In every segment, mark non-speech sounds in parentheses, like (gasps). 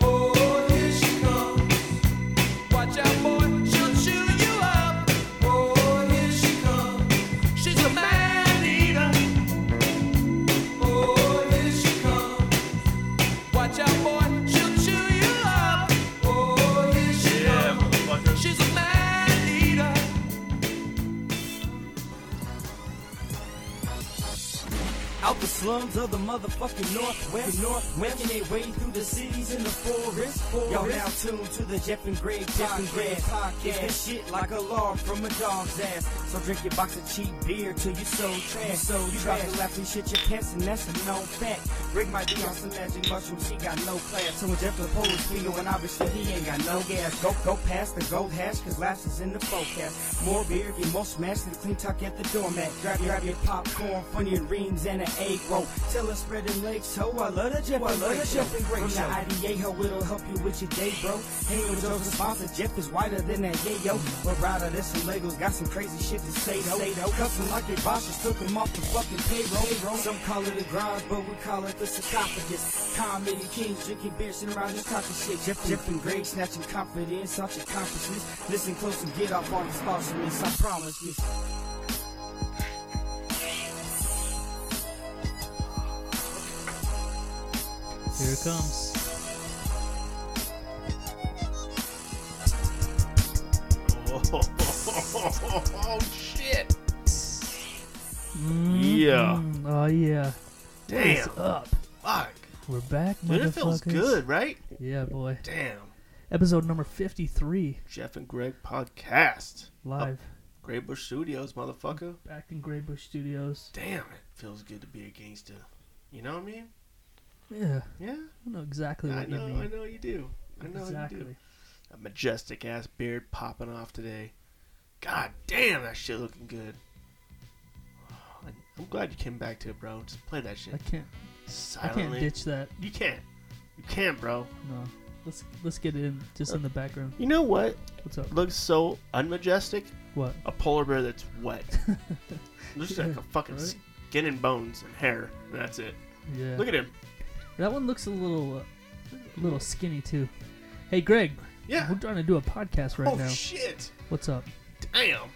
Oh, Oh, slums of the motherfucking Northwest. North, making their way through the cities in the forest. Y'all now tuned to the Jeff and Greg Jeff and Greg podcast. This shit like a log from a dog's ass. So drink your box of cheap beer till you so trash. So you drop the laughing shit your pants, and that's a known fact. Rick might be on some magic mushrooms, he got no class. So when Jeff the pole is finger, and obviously he ain't got no gas. Go, go past the gold hash, cause laughs is in the forecast. More beer, get more smashed than clean tuck at the doormat. Grab, grab your popcorn, funny rings, and an egg roll. Tell us spreading legs, ho, I love the Jeff, I love the Jeff and Greg Show. From the IDA, ho, it'll help you with your day, bro. Hang with Joe's sponsor, Jeff is whiter than that yayo. But rather, there's some Legos, got some crazy shit to say, though. Custom like your bosses took them off the fucking payroll. Some call it a garage, but we call it the sarcophagus. Comedy kings drinking beer, sitting around just talking shit. Jeff, Jeff and Greg snatching confidence out your consciousness. Listen close and get off on the sponsorless, I promise you. Here it comes. Oh shit! Yeah. Oh yeah. What's Mm-hmm. Damn! up? Fuck! We're back, Dude, it feels motherfuckers. good, right? Yeah, boy. Damn! Episode number fifty-three, Jeff and Greg podcast, live Great Bush Studios, motherfucker. back in Grey Bush Studios. Damn, it feels good to be a gangster. You know what I mean? Yeah, Yeah, I know exactly I what know, you mean. I know you do. I know exactly. you do. A majestic ass beard popping off today. God damn, that shit looking good. (sighs) I- I'm glad you came back to it, bro. Just play that shit I can't. silently. I can't ditch that. You can't. You can't, bro. No. Let's let's get it in just in the background. You know what What's up? looks so unmajestic? What? a polar bear that's wet. (laughs) Looks like a fucking Right? skin and bones and hair. And that's it. Yeah. Look at him. that one looks a little uh, a little skinny too. Hey, Greg. Yeah. We're trying to do a podcast right oh now. shit. What's up? Damn.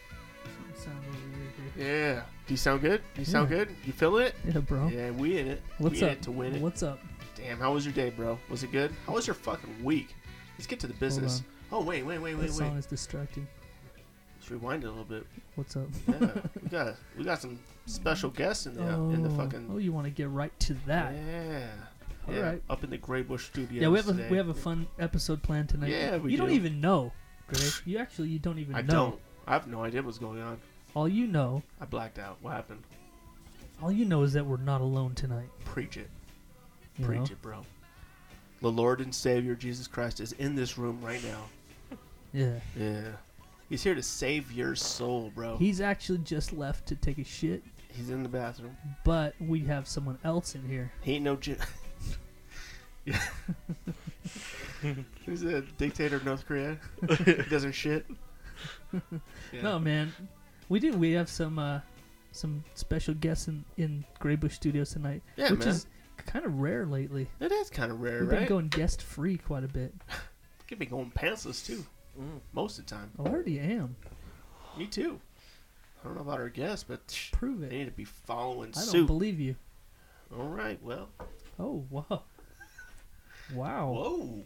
Sound a little weird here. Yeah. Do you sound good? Do you sound Yeah. good? You feel it? Yeah, bro. Yeah, we in it. What's we up? in it to win it. What's up? Damn, how was your day, bro? Was it good? How was your fucking week? Let's get to the business. on. Oh wait, wait, wait, That wait, song wait. is distracting. Let's rewind it a little bit. What's up? Yeah. we got we got some special guests in the in the Oh, fucking Oh, you want to get right to that? Yeah. All yeah. right. Up in the Grey Bush Studios. Yeah, we have a today. we have a fun episode planned tonight. Yeah, we you not do. even know, Greg. You actually you don't even I know. don't. I have no idea what's going on. All you know, I blacked out. What happened? all you know is that we're not alone tonight. Preach it. you Preach know? it, bro. The Lord and Savior Jesus Christ is in this room right now. Yeah. Yeah. He's here to save your soul, bro. He's actually just left to take a shit, He's in the bathroom. but we have someone else in here. He ain't no Jim. (laughs) yeah. Who's the dictator of North Korea? he doesn't shit. Yeah. No, man, we do. We have some uh, some special guests in in Greybush Studios tonight, Yeah, which man. is kind of rare lately. It is kind of rare, We've right? been going guest free quite a bit. Could be going pantsless, too. Mm. Most of the time. Oh, I already am. Me, too. I don't know about our guests, but psh, Prove they it. need to be following I don't suit. believe you. All right, well. Oh wow, wow, Whoa.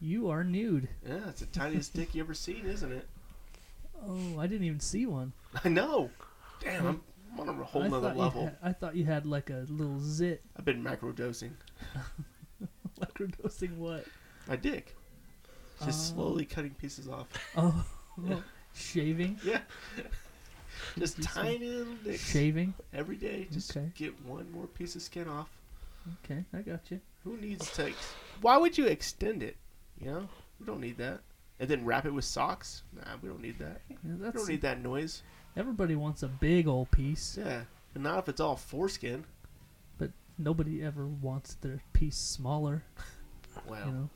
you are nude. Yeah, it's the tiniest dick you ever seen, isn't it? Oh, I didn't even see one. (laughs) I know. Damn, I'm, I'm on a whole I nother thought you level. had- I thought you had like a little zit. (laughs) I've been macrodosing Microdosing what? my dick. Just Oh. slowly cutting (laughs) pieces off. Oh, shaving, Yeah. Just You see? tiny little dicks. shaving. Every day, just Okay. get one more piece of skin off. Okay, I got you. Who needs to... Ex- Why would you extend it? You know? We don't need that. And then wrap it with socks? Nah, we don't need that. Yeah, We that's don't need that noise. everybody wants a big old piece, Yeah. And not if it's all foreskin. but nobody ever wants their piece smaller. Wow. You know,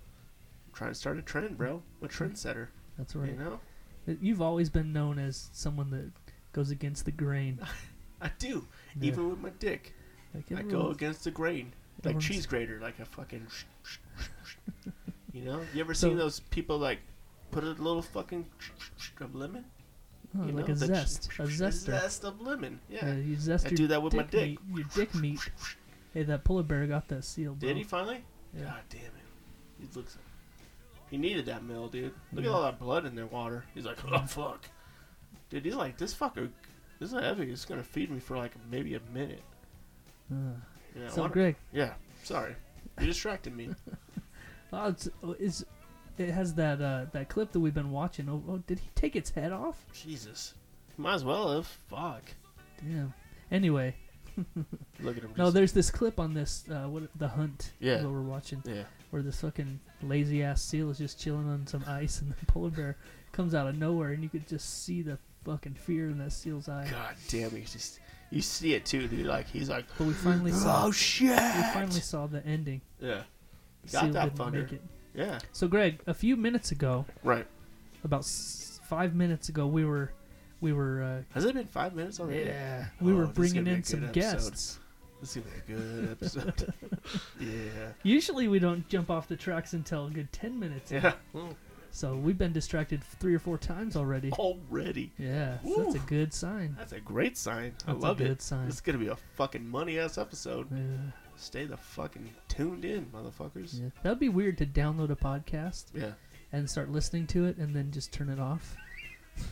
I'm trying to start a trend, bro. I'm a trendsetter. that's right. You know? Uh, You've always been known as someone that goes against the (laughs) grain. I do. Yeah. Even with my dick. Like I go everyone's- against the grain, like everyone's- cheese grater, like a fucking. you know, you ever So- seen those people like put a little fucking of lemon? oh, you like know, a the zest, a zester. Zest of lemon. Yeah. Yeah, you zest I your do that with my dick. Meat, your dick meat. Hey, that polar bear got that seal, bro. Did he finally? Yeah. God damn it! He looks. He needed that meal, dude. Look Yeah. at all that blood in their water. He's like, oh fuck, dude. He's like, this fucker, this is heavy. It's gonna feed me for like maybe a minute. Uh, Yeah, so, what- Greg, yeah. Sorry, you distracted me. oh, it's, oh, it's, it has that uh, that clip that we've been watching. Oh, oh, did he take its head off? Jesus, might as well have. Fuck. Damn. Anyway, Look at him. Just, no, there's this clip on this uh, what the hunt Yeah. that we're watching yeah. where this fucking lazy ass seal is just chilling on some ice and the (laughs) polar bear comes out of nowhere and you could just see the fucking fear in that seal's eye. God damn, he's just. You see it too, dude. Like he's like, But we finally saw oh shit. we finally saw the ending. yeah. The Got seal that didn't fucker. make it. Yeah. So Greg, a few minutes ago, Right. about s- 5 minutes ago, we were we were uh, Has it been five minutes already? Oh, Yeah. we were bringing in some guests. This is gonna be a good (laughs) episode. yeah. Usually we don't jump off the tracks until a good 10 minutes. in. Yeah. So we've been distracted 3 or 4 times already. Already. Yeah, so that's a Oh. Woo. good sign. That's a great sign. That's I a love it. good sign. It's gonna be a fucking money ass episode. Yeah, Stay the fucking tuned in, motherfuckers. yeah. That'd be weird to download a podcast Yeah. and start listening to it and then just turn it (laughs) off. (laughs)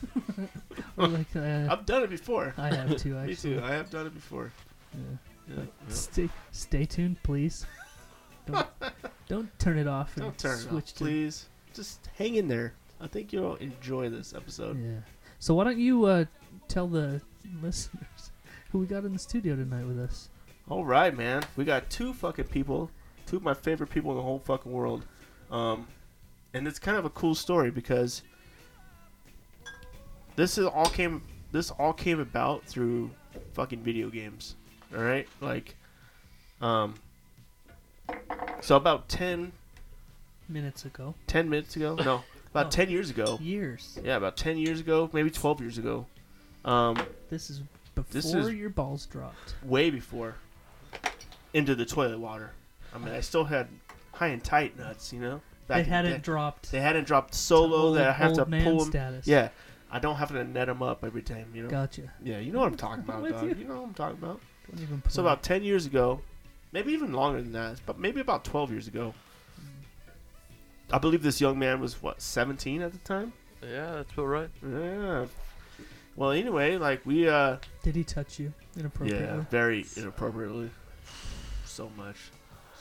or like uh, I've done it before. I have to (laughs) Me actually. too. I have done it before. Yeah. Yeah. Like, yeah. Stay, stay tuned, please. (laughs) Don't, don't turn it off. And Don't turn it switch off, to, please. Just hang in there. I think you'll enjoy this episode. Yeah. So why don't you uh, tell the listeners (laughs) who we got in the studio tonight with us? All right, man. We got two fucking people, two of my favorite people in the whole fucking world, um, and it's kind of a cool story because this is all came this all came about through fucking video games. All right, like, um, so about 10, Minutes ago. 10 minutes ago, no, about Oh. ten years ago. Years. Yeah, about ten years ago, maybe twelve years ago. Um, This is before This is- your balls dropped. way before into the toilet water. I mean, I still had high and tight nuts, you know. Back they in the hadn't day. dropped. They hadn't dropped to so low old- that I have to old man pull them. Status. Yeah, I don't have to net them up every time, you know. Gotcha. Yeah, you know what I'm talking about, With dog. you. You. know what I'm talking about. Don't even. So play. about ten years ago, maybe even longer than that, but maybe about twelve years ago. I believe this young man was what seventeen at the time. Yeah, that's about right. Yeah. Well, anyway, like we uh, Did he touch you inappropriately? yeah, very inappropriately, so much.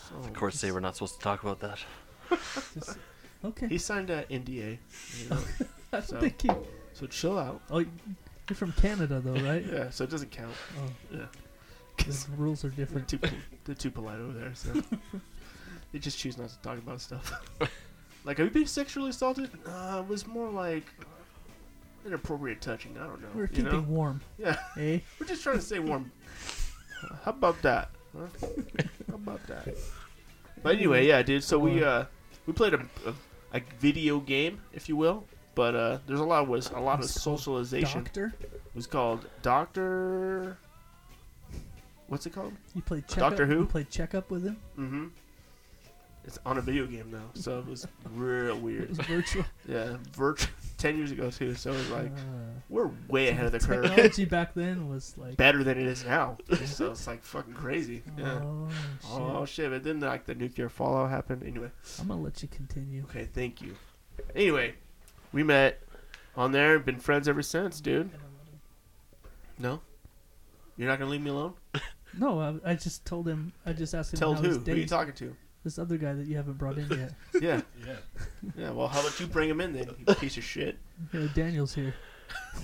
So Of course, they were not supposed to talk about that. Just- okay. (laughs) (laughs) He signed an NDA. You (laughs) know? I don't so- think he. so chill out. Oh, you're from Canada though, right? (laughs) Yeah, so it doesn't count. Oh, Yeah. the rules are (laughs) They're different. too, they're too polite over there, so (laughs) they just choose not to talk about stuff. (laughs) like, have you been sexually assaulted? Uh, it was more like inappropriate touching. I don't know. We're you keeping know? warm. (laughs) Yeah. Eh? We're just trying to stay warm. (laughs) How about that? Huh? (laughs) How about that? But anyway, yeah, dude. So we uh we played a, a, a video game, if you will. But uh, there's a lot was a lot of It's called socialization. Doctor? It was called Doctor. What's it called? You played checkup. Doctor Who? You played checkup with him. Mm-hmm. It's on a video game now, so it was real It weird. was virtual. Yeah, virt ten years ago too. So it was (laughs) like Uh, we're way ahead of the curve, (laughs) technology back then was like. better than it is now. So it's like fucking crazy. Yeah. Oh, shit. Oh shit! But then like the nuclear fallout happened. Anyway, I'm gonna let you continue. okay, thank you. Anyway, we met on there. Been friends ever since, dude. No, you're not gonna leave me alone. No, I, I just told him. I just asked him Tell how who? his Who are you day. (laughs) talking to? This other guy that you haven't brought in (laughs) yet. Yeah. yeah. Yeah. Well, how about you bring him in then, (laughs) you piece of shit? Yeah, Daniel's here.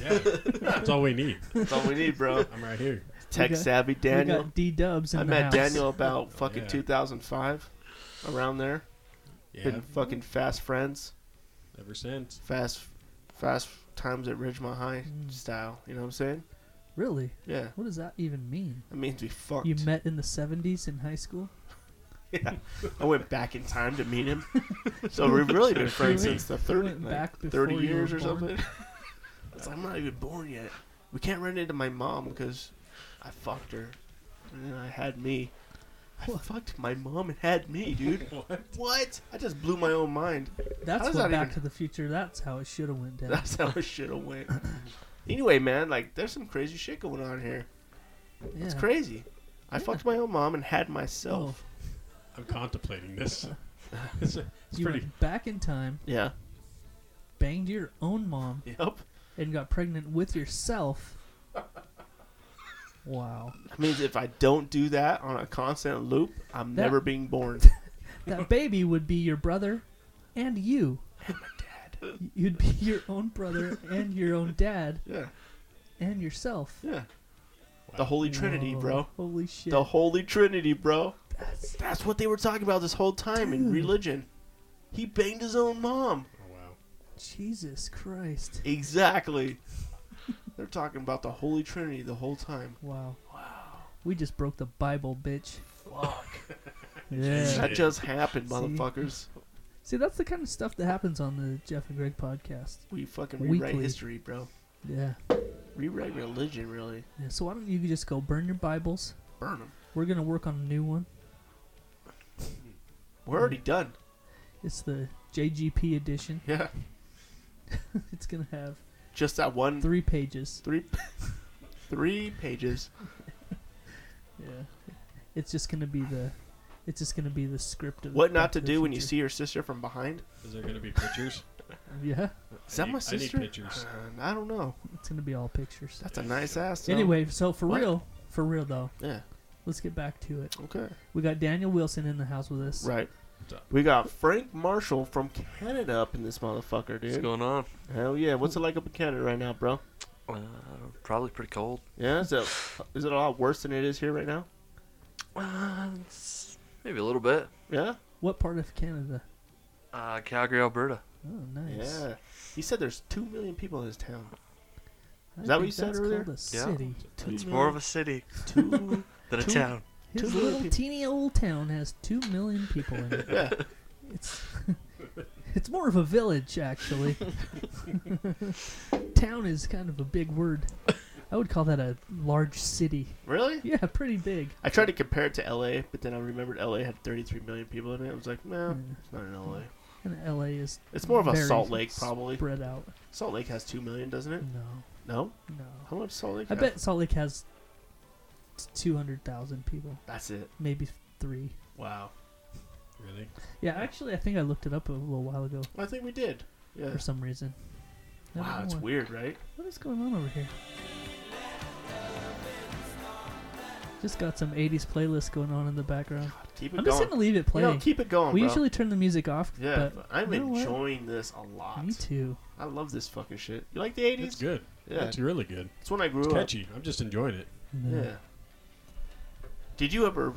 Yeah, that's all we need. That's all we need, bro. I'm right here. Tech got- savvy We Daniel. got D Dubs in I the met house. Daniel about fucking yeah. 2005, around there. Yeah, Been fucking fast friends, ever since. fast, fast times at Ridgemont High Mm. style. You know what I'm saying? Really? Yeah. What does that even mean? That means we fucked. You met in the '70s in high school. yeah. I went back in time to (laughs) meet him. so we've really been friends You went- since the You 30, went like, back before 30 you years were or born. (laughs) something. it's like, I'm not even born yet. We can't run into my mom because I fucked her. And then I had me. I fucked my mom and had me, (laughs) dude. What? what? I just blew my own mind. That's does what that Back even- to the Future. That's how it should have went down. That's how (clears throat) shit went. anyway, man, like, there's some crazy shit going on here. yeah. Oh. It's crazy. I fucked my own mom and had myself. I'm contemplating this. it's it's you pretty. went back in time, Yeah. banged your own mom, Yep. (laughs) and got pregnant with yourself. Wow. That means if I don't do that on a constant loop, I'm That- never being born. That baby would be your brother and you. And my (laughs) dad. You'd be your own brother and your own dad Yeah, and yourself. yeah. The Holy Trinity, Whoa, bro. Holy shit. The Holy Trinity, bro. That's- That's what they were talking about this whole time in Dude. religion. He banged his own mom. Oh, wow. Jesus Christ. Exactly. They're talking about the Holy Trinity the whole time. Wow. Wow. We just broke the Bible, bitch. Fuck. (laughs) Yeah. That just happened, See? motherfuckers. See, that's the kind of stuff that happens on the Jeff and Greg podcast. We fucking rewrite Weekly. history, bro. Yeah. Rewrite religion, really. yeah. So why don't you just go burn your Bibles? Burn them. We're gonna work on a new one. Mm. We're already done. It's the JGP edition. Yeah. it's gonna have Just that one three pages. three three pages. Yeah. It's just gonna be the. It's just gonna be the script of What not Back to the do when you Future. see your sister from behind? Is there gonna be (laughs) pictures? Yeah. Is that I need, my sister? I need pictures. Uh, I don't know. It's gonna be all pictures. That's a nice ass. though. Anyway, so for What? real, for real though, Yeah. let's get back to it. Okay. We got Daniel Wilson in the house with us. Right. What's up? We got Frank Marshall from Canada up in this motherfucker, What's dude. going on? Hell yeah! What's it like up in Canada right now, bro? Uh, probably pretty cold. Yeah. Is it is it a lot worse than it is here right now? Uh, it's maybe a little bit. Yeah. What part of Canada? Uh, Calgary, Alberta. Oh, nice. Yeah. He said there's two million people in his town. I Is that what think you said that's earlier? called a Yeah. city. Two It's million- more of a city two. than a Two- town. Two His million little people. teeny old town has two million people in it. yeah. It's (laughs) it's more of a village (laughs) actually. town is kind of a big word. I would call that a large city. (laughs) Really? Yeah, pretty big. I tried to compare it to L.A., but then I remembered L.A. had 33 million people in it. I was like, no, Yeah. it's not in L.A. And LA is It's more of a Hmm. very Salt Lake, probably. spread out. Salt Lake has two million, doesn't it? No, No. (laughs) no. How much Salt Lake? I have? bet Salt Lake has two hundred thousand people, That's it. maybe three. Wow. Really? Yeah, actually, I think I looked it up a little while ago I think we did. Yeah. for some reason. I don't Wow, that's know. weird, right? What is going on over here? Just got some 80s playlist going on in the background. Keep it I'm just going. going to leave it no, playing. keep it going. we bro. usually turn the music off, Yeah, but but I'm you know what? enjoying this a lot. me too. I love this fucking shit. You like the 80s? It's good. Yeah, It's really good. it's when I grew It's uh, up. catchy. I'm just enjoying it. No, Yeah. Did you ever?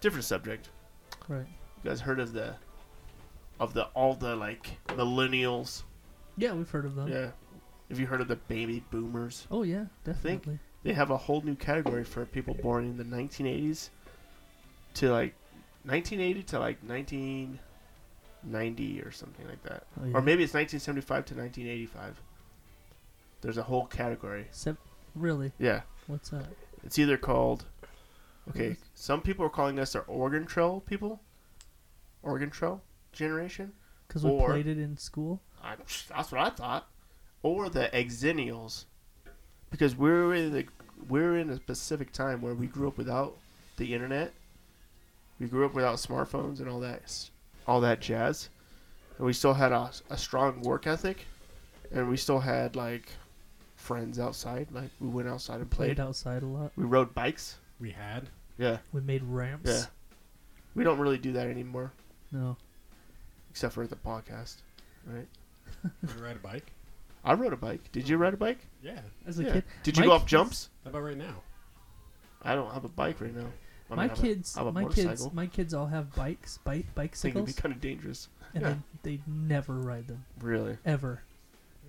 Different subject. Right. You guys heard of the, of the all the like millennials? Yeah, we've heard of them. Yeah. Have you heard of the baby boomers? Oh, yeah, definitely. They have a whole new category for people born in the 1980s to like 1980 to like 1990 or something like that. Oh, yeah. Or maybe it's 1975 to 1985. There's a whole category. Sep- really? Yeah. What's that? It's either called. Okay, some people are calling us their Oregon Trail people. Oregon Trail generation? Because we Or- played it in school? I, that's what I thought. Or the Exennials. Because we're in, the, we're in a specific time where we grew up without the internet. We grew up without smartphones and all that, s- all that jazz. And we still had a, a strong work ethic. And we still had, like, friends outside. Like, we went outside and Played played. outside a lot. We rode bikes. We had. (laughs) Yeah. We made ramps. Yeah. We don't really do that anymore, No. except for at the podcast. Right? We ride a bike. I rode a bike. Did you ride a bike? Yeah. As a Yeah. kid. Did you go my off jumps? How about right now? I don't have a bike right now. I My mean, I have a- kids, I have a my motorcycle. kids, my kids all have bikes, bike, I think it'd be bicycles, kind of dangerous. and yeah. they, they never ride them Really? ever.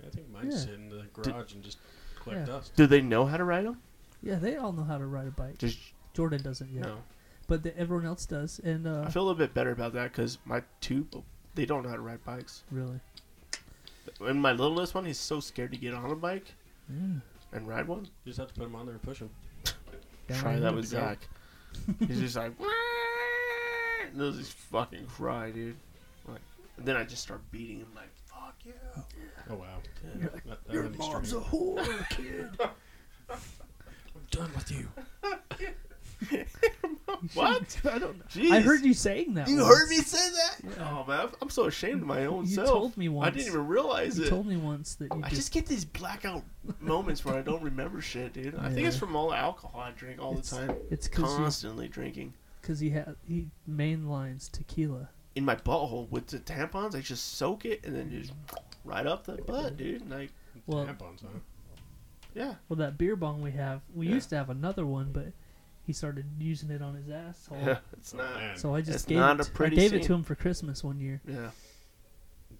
I think mine's Yeah. in the garage and just collect Yeah. dust. Do they know how to ride them? Yeah, they all know how to ride a bike. Just Jordan doesn't yet, no. but the, everyone else does. And uh, I feel a little bit better about that because my two, they don't know how to ride bikes. really, And my littlest one, he's so scared to get on a bike yeah. and ride one. You just have to put them on there and push them. Try that with to go. Zach. he's just like, and those just fucking cry, dude. Like, and then I just start beating him like, fuck you. Oh wow. You're That- that Your would be mom's a strange. whore, kid. I'm done with you. (laughs) What? I don't know. Jeez. (laughs) I heard you saying that. You once. heard me say that? Oh man, I'm- I'm so ashamed of my own You self. told me I once. didn't even realize You it. told me once that you I just just get these blackout moments where I don't remember shit, dude. I think it's Yeah. from all the alcohol I drink all It's- the time. it's because Constantly drinking. he had he mainlines tequila. In my butthole with the tampons, I just soak it and then just right up the butt, dude. Like, Well- Tampons, huh? Oh, yeah. Well, that beer bong we have, we Yeah. used to have another one, but he started using it on his asshole. it's Oh, not. man. So I It's just gave not it. a to- I pretty gave it scene. to him for Christmas one year. Yeah.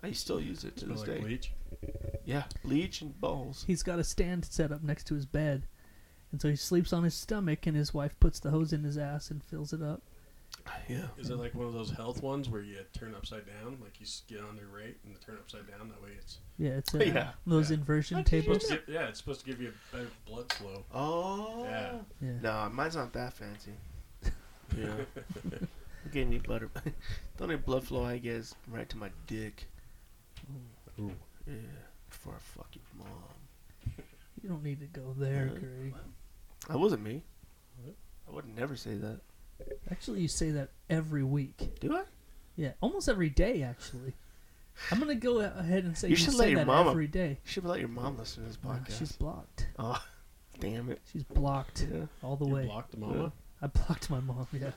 I still use it to Smell this like day. bleach. Yeah, bleach and balls. He's got a stand set up next to his bed, and so he sleeps on his stomach, and his wife puts the hose in his ass and fills it up. Yeah. Is it like one of those health ones where you turn upside down? Like you s- get on their rate and turn upside down? That way it's. Yeah, it's uh, a, (laughs) Yeah. those Yeah. inversion How did you tables. supposed to give- yeah, it's supposed to give you a better blood flow. Oh. Yeah. Yeah. No, mine's not that fancy. (laughs) Yeah. Get any butter. (laughs) the only blood flow I get is right to my dick. Ooh. Yeah. For a fucking mom. You don't need to go there, Yeah. Gary. That wasn't me. What? I would never say that. Actually, you say that every week. Do I? Yeah, almost every day, actually. I'm gonna go ahead and say You you, should say let your that mama- every day. You should let your mom listen to this No, podcast. she's blocked. Oh, damn it. She's blocked Yeah. all the you way. blocked the mama? I blocked my mom. Yeah.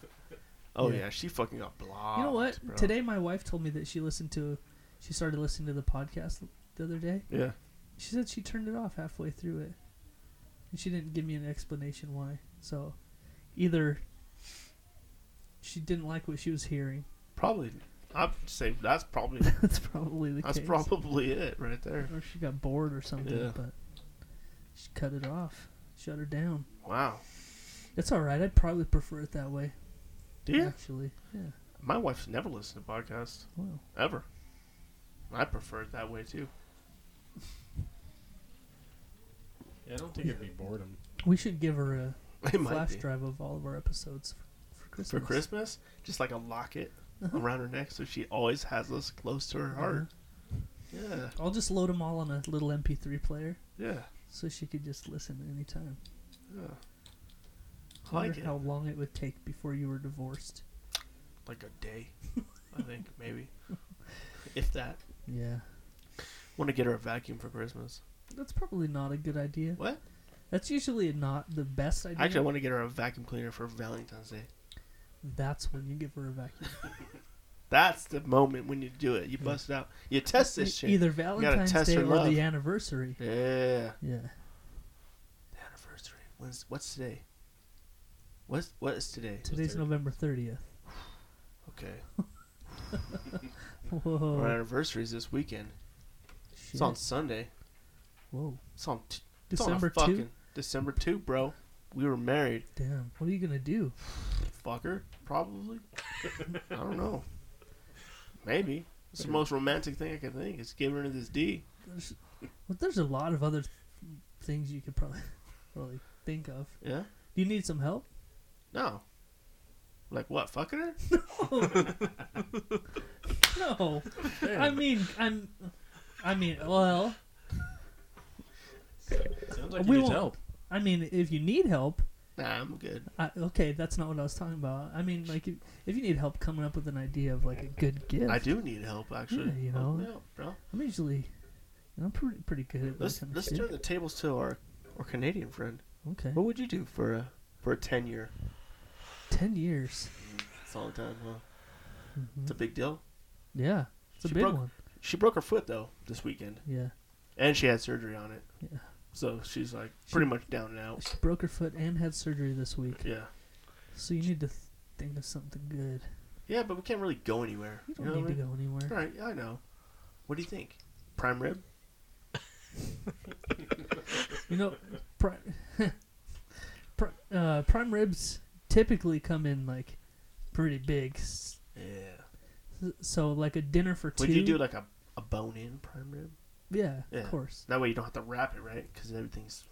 Oh, yeah. Yeah. She fucking got blocked. you know what? bro. Today, my wife told me that she listened to, she started listening to the podcast the other day. Yeah. She said she turned it off halfway through it, and she didn't give me an explanation why. So, either she didn't like what she was hearing. Probably. I'd say that's probably (laughs) That's probably the that's case. probably it right there. or she got bored or something. Yeah. But she cut it off, shut her down. Wow. It's all right. I'd probably prefer it that way. Do you? Actually, yeah. My wife's never listened to podcasts Wow. ever. I prefer it that way too. (laughs) Yeah, I don't think it'd be (laughs) boredom. We should give her a It might flash be. drive of all of our episodes for, for for Christmas. Christmas, just like a locket Uh-huh. around her neck, so she always has us close to her heart. Uh-huh. Yeah, I'll just load them all on a little MP3 player yeah, so she could just listen anytime. yeah. I Wonder like it. how long it would take before you were divorced. Like a (laughs) day, I think maybe, if that. Yeah. Want to get her a vacuum for Christmas? That's probably not a good idea. What? That's usually not the best idea. Actually, I want to get her a vacuum cleaner for Valentine's Day. That's when you give her a vacuum. That's the moment when you do it. You Yeah. bust it out. You test this shit. E- Either Valentine's test Day her or love. the anniversary. Yeah. Yeah. The anniversary. When's what's today? What's what is today? Today's third. November 30th. Okay. (laughs) Whoa. Our anniversary is this weekend. Shit. It's on Sunday. Whoa. It's on t- It's on a December 2? fucking December two, bro. We were married, Damn. What are you going to do? fucker. Probably. I don't know. Maybe it's the most romantic thing I can think. Is giving her this D. There's, well, there's a lot of other th- things you could probably (laughs) probably think of. Yeah. Do you need some help? No. Like what? Fucking her? No. I mean, I'm. I mean, well, Sounds like We you need won't- help. I mean, if you need help, Nah, I'm good. I, okay, that's not what I was talking about. I mean, like, if, if you need help coming up with an idea of like a good gift, I do need help, actually. Yeah, you Help know. me out, bro. I'm usually, you know, I'm pretty pretty good at Let's that kind of let's shit. turn the tables to our our Canadian friend. Okay, What would you do for a for a ten year? ten years. It's all time, huh? Mhm. It's a big deal. Yeah, it's a She big broke- one. She broke her foot though this weekend, Yeah, and she had surgery on it. Yeah. So she's like pretty She- much down and out. she broke her foot and had surgery this week. Yeah. So you need to th- think of something good. Yeah, but we can't really go anywhere. You don't know need what to I mean? go anywhere. (laughs) All right, yeah, I know. What do you think? Prime rib? You know, pri- (laughs) pri- uh, prime ribs typically come in like pretty big. S- Yeah. So like a dinner for two. Would you do like a, a bone in prime rib? yeah, Yeah. of course. That way you don't have to wrap it, right? Because everything's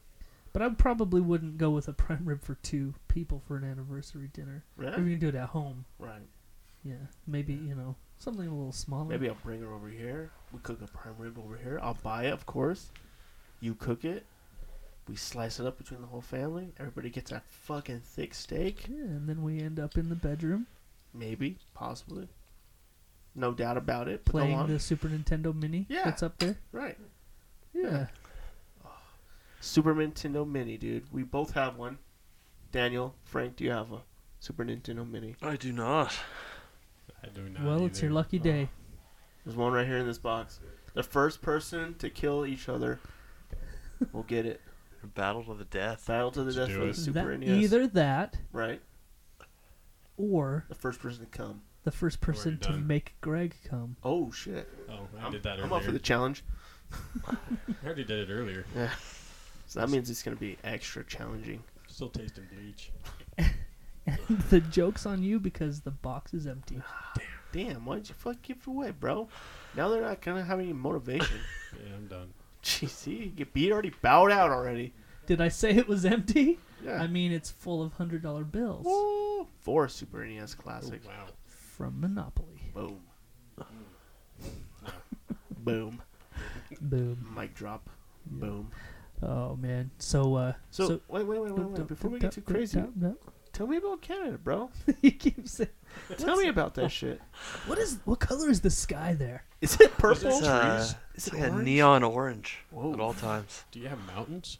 But I probably wouldn't go with a (laughs) prime rib for two people for an anniversary dinner. right. If you can do it at home, Right. yeah, maybe you know something a little smaller. Maybe I'll bring her over here. We cook a prime rib over here. I'll buy it, of course. You cook it. We slice it up between the whole family. Everybody gets a fucking thick steak. Yeah, and then we end up in the bedroom Maybe, possibly. No doubt about it. But go playing on. the Super Nintendo Mini Yeah. that's up there. Right. Yeah. Super Nintendo Mini, dude. We both have one. Daniel, Frank, do you have a Super Nintendo Mini? I do not. I do not. well, it's your either. lucky Oh. day. There's one right here in this box. The first person to kill each other will get it. (laughs) Battle to the death. Battle to the Let's death do for the it. Super E That- NES. either that Right. or The first person to come. the first person to done. make Greg come. (laughs) Oh shit! Oh, I I'm, did that earlier. I'm up for the challenge. I already did it earlier. So that means it's gonna be extra challenging. Still tasting bleach. the joke's on you because the box is empty. Damn, why'd you fuck give it away, bro? Now they're not gonna have any motivation. Yeah, I'm done. Jeez, see, you beat already bowed out already. Did I say it was empty? Yeah. I mean, it's full of hundred dollar bills Woo! Four Super NES Oh, classics. wow. from Monopoly. Boom. Boom. Boom. Mic drop. Yeah. Boom. Oh man. So uh. So, wait, wait, wait, wait, wait. Before we get too crazy, tell me about Canada, bro. (laughs) he keeps saying, Tell me about that shit. "What is? What color is the sky there?" Is it purple? purple? It's, uh, trees? Is it's it like a orange? neon orange Whoa. at all times. Do you have mountains?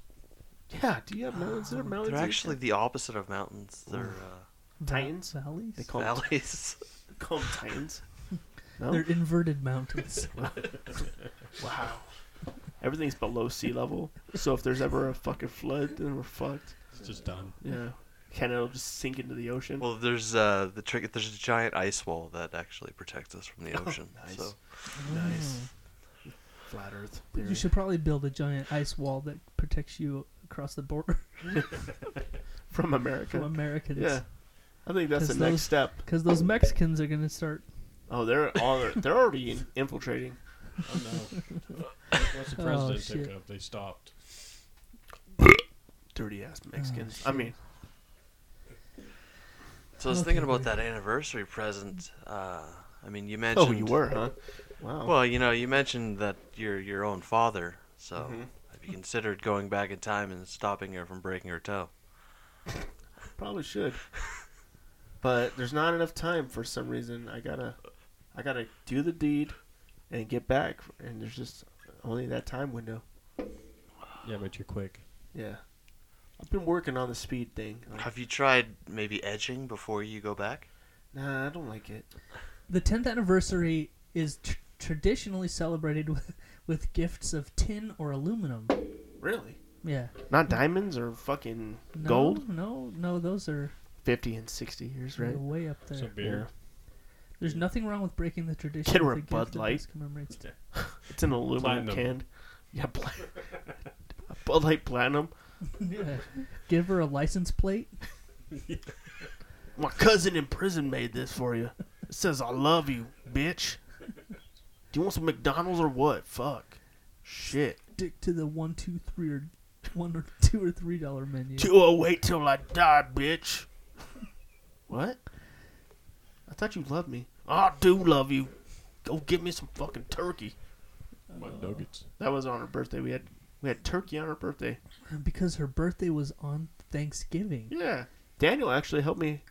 Yeah. Do you have mountains? Is there mountains? They're in- actually the opposite of mountains. They're uh, Va- Titans? valleys. They call 'em valleys. (laughs) Call 'em Titans. No? They're inverted (laughs) mountains. Wow. Everything's below sea level. So if there's ever a fucking flood, then we're fucked. It's just done. (laughs) Yeah. Canada will just sink into the ocean. (laughs) Well, there's uh, the trick. There's a giant ice wall that actually protects us from the ocean. nice. So mm. Nice. Flat Earth. Theory. You should probably build a giant ice wall that protects you across the border (laughs) From America. from Americans. yeah. I think that's the 'Cause next those- step. Because those Mexicans are gonna start. Oh, they're all they're already in, infiltrating. Oh, no. (laughs) Once the president shit. took up, they stopped. Dirty ass Mexicans. Oh, I shit. mean, So I was Okay, thinking about great. that anniversary present. Uh, I mean, you mentioned. oh, you were, huh? Wow. Well, you know, you mentioned that you're your own father. So Mhm. have you considered going back in time and stopping her from breaking her toe? Probably should. But there's not enough time for some reason. I gotta, I gotta do the deed, and get back. And there's just only that time window. Yeah, but you're quick. Yeah. I've been working on the speed thing. Like, Have you tried maybe edging before you go back? nah, I don't like it. The 10th anniversary is tr- traditionally celebrated with, with gifts of tin or aluminum. Really? Yeah. Not diamonds or fucking No, gold. No, no, those are Fifty and sixty years, right? way up there. So beer. There's nothing wrong with breaking the tradition. Kid of wear the Bud gift that Light. best commemorates Yeah. It's an aluminum Platinum. can. Yeah, pla- (laughs) Bud Light Platinum. (laughs) Yeah. Give her a license plate. My cousin in prison made this for you. It says, I love you, bitch. Do you want some McDonald's or what? Fuck. Shit. Dick to the one, two, three, or one or two or three dollar menu. 208 till I die, bitch. What? I thought you loved me. I do love you. Go get me some fucking turkey. Mud nuggets. That was on her birthday. We had we had turkey on her birthday. Because her birthday was on Thanksgiving. Yeah. Daniel actually helped me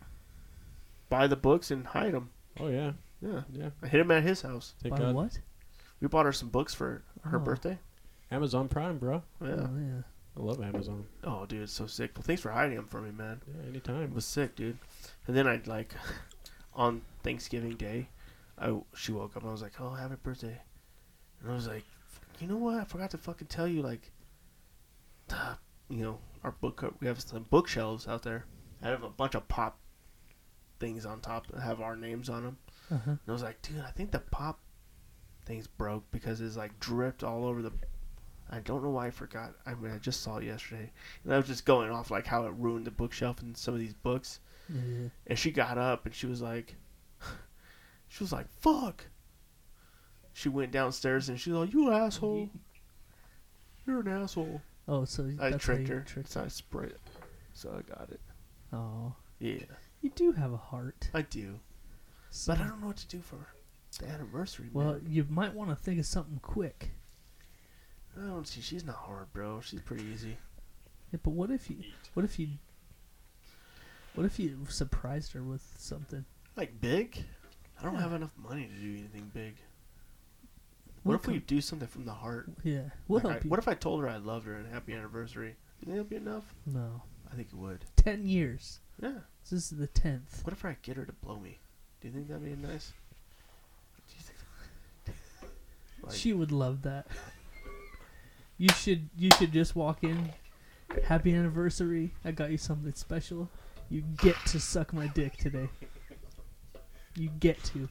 buy the books and hide them. Oh, yeah. Yeah. Yeah. I hid them at his house. Thank By God. what? We bought her some books for her Oh. birthday. Amazon Prime, bro. Yeah. Oh, yeah. I love Amazon. Oh, dude, it's so sick. Well, thanks for hiding them from me, man. Yeah, It anytime. was sick, dude. And then I'd like, (laughs) on Thanksgiving Day, I she woke up and I was like, "Oh, happy birthday," and I was like, "You know what? I forgot to fucking tell you. Like, uh, you know, our book co- we have some bookshelves out there. I have a bunch of pop things on top that have our names on them." Uh-huh. And I was like, "Dude, I think the pop things broke because it's like dripped all over the." I don't know why I forgot. I mean, I just saw it yesterday, and I was just going off like how it ruined the bookshelf and some of these books. Yeah, yeah. And she got up and she was like, (laughs) she was like, fuck. She went downstairs and she was like, you asshole. You're an asshole. Oh, so I that's tricked how you her. Tricked. So I sprayed it. So I got it. Oh, Yeah, you do have a heart. I do. So- But I don't know what to do for the anniversary, well, man. you might want to think of something quick. I don't see. She's not hard, bro. She's pretty easy. Yeah, but what if you? Eat. What if you? What if you surprised her with something? Like big? I don't Yeah. have enough money to do anything big. We'll What if we come- do something from the heart? Yeah, we'll Like, I- help you. What if I told her I loved her and happy anniversary? You think that'd be enough? no, I think it would. ten years. Yeah. This is the tenth. What if I get her to blow me? Do you think that'd be nice? Do (laughs) you think? Like, she would love that. (laughs) You should. You should just walk in. Happy anniversary! I got you something special. You get to suck my dick today. You get to.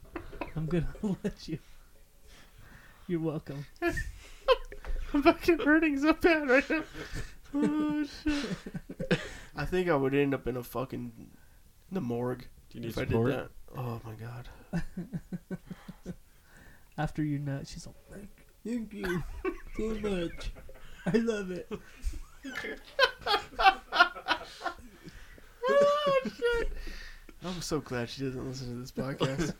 I'm gonna (laughs) let you. You're welcome. I'm fucking hurting so bad right now. (laughs) Oh, shit. (laughs) I think I would end up in a fucking the morgue Do you need if support? I did that. Oh my god. After you nut, she's all like, "Thank you (laughs) so much. I love it." Oh, I'm so glad she doesn't listen to this (laughs) podcast.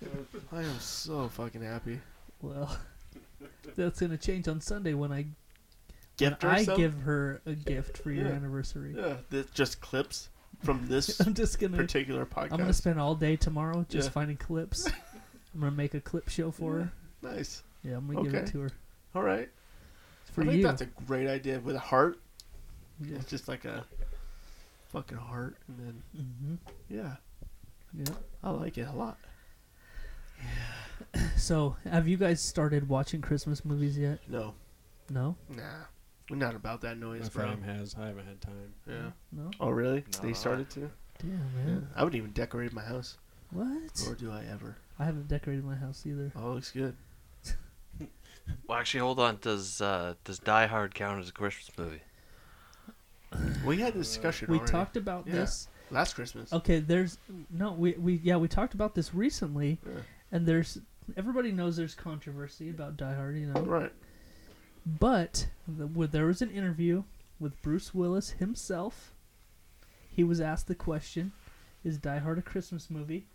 I am so fucking happy. Well, (laughs) that's gonna change on Sunday when I Gift I her some? give her a gift for your Yeah. anniversary. Yeah, this just clips from (laughs) this I'm just gonna particular podcast. I'm gonna spend all day tomorrow just Yeah. finding clips. I'm gonna make a clip show for her. nice. Yeah, I'm gonna give it Okay. to her. All right. It's for I think you. that's a great idea with a heart. yeah. It's just like a fucking heart, and then hmm yeah, Mm-hmm. yeah. I like it a lot. So, have you guys started watching Christmas movies yet? No, No, nah, we're not about that My noise, bro. friend has. I haven't had time. Yeah. no. Oh really? Not they a started to. Damn Yeah. man, I would even decorate my house, what? or do I ever? I haven't decorated my house either. Oh, it looks good. Well, actually, hold on. Does uh, does Die Hard count as a Christmas movie? We had this discussion. We already. talked about Yeah. this. last Christmas. Okay, there's no we we yeah we talked about this recently, Yeah. and there's everybody knows there's controversy about Die Hard, you know. Right. But the, where there was an interview with Bruce Willis himself. He was asked the question, "Is Die Hard a Christmas movie?"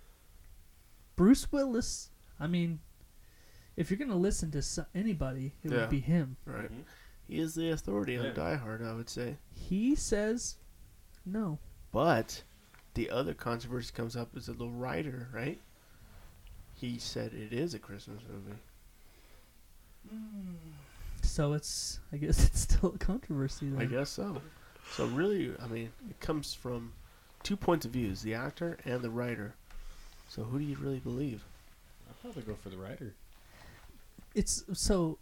Bruce Willis. I mean, if you're gonna listen to so- anybody, it Yeah. would be him. Right. He is the authority on Yeah. Die Hard, I would say. He says, "No." But the other controversy comes up is that the writer, right? He said it is a Christmas movie. So it's I guess (laughs) it's still a controversy. Then. I guess so. So really, I mean, it comes from two points of views: the actor and the writer. So who do you really believe? I'll probably go for the writer. it's so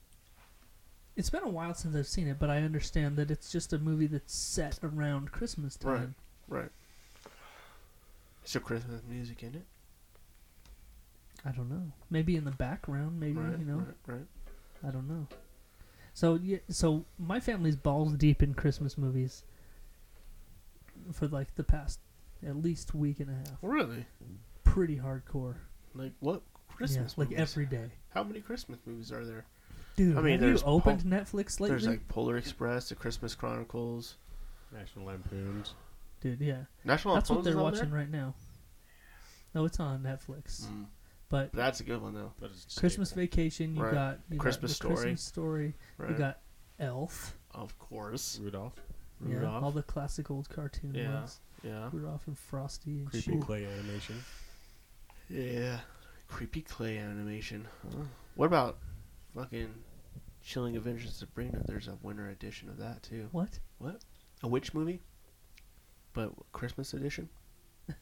it's been a while since I've seen it, but I understand that it's just a movie that's set around Christmas time. Right. Right. It's a Christmas music in it, I don't know. Maybe in the background, maybe right? you know. Right. Right. I don't know. So yeah, so my family's balls deep in Christmas movies for like the past at least week and a half. Really? Pretty hardcore. Like what Christmas? yeah, like movies? every day. How many Christmas movies are there? Dude, I mean, have you there's Pul- opened Netflix lately? There's like Polar Express, The Christmas Chronicles, National Lampoons. Dude, yeah. National. That's what Lampoon's they're is on watching there? right now. No, it's on Netflix. Mm. But That's a good one though. But it's a Christmas staple. Vacation. You Right. got you Christmas got the Story. Christmas Story. Right. You got Elf. of course. Rudolph. Yeah, Rudolph. all the classic old cartoon Yeah. ones. Yeah. Rudolph and Frosty and Creepy shit. clay animation. Yeah. Creepy clay animation. Huh? What about fucking Chilling Adventures of Sabrina? There's a winter edition of that too. What? A witch movie, but Christmas edition. I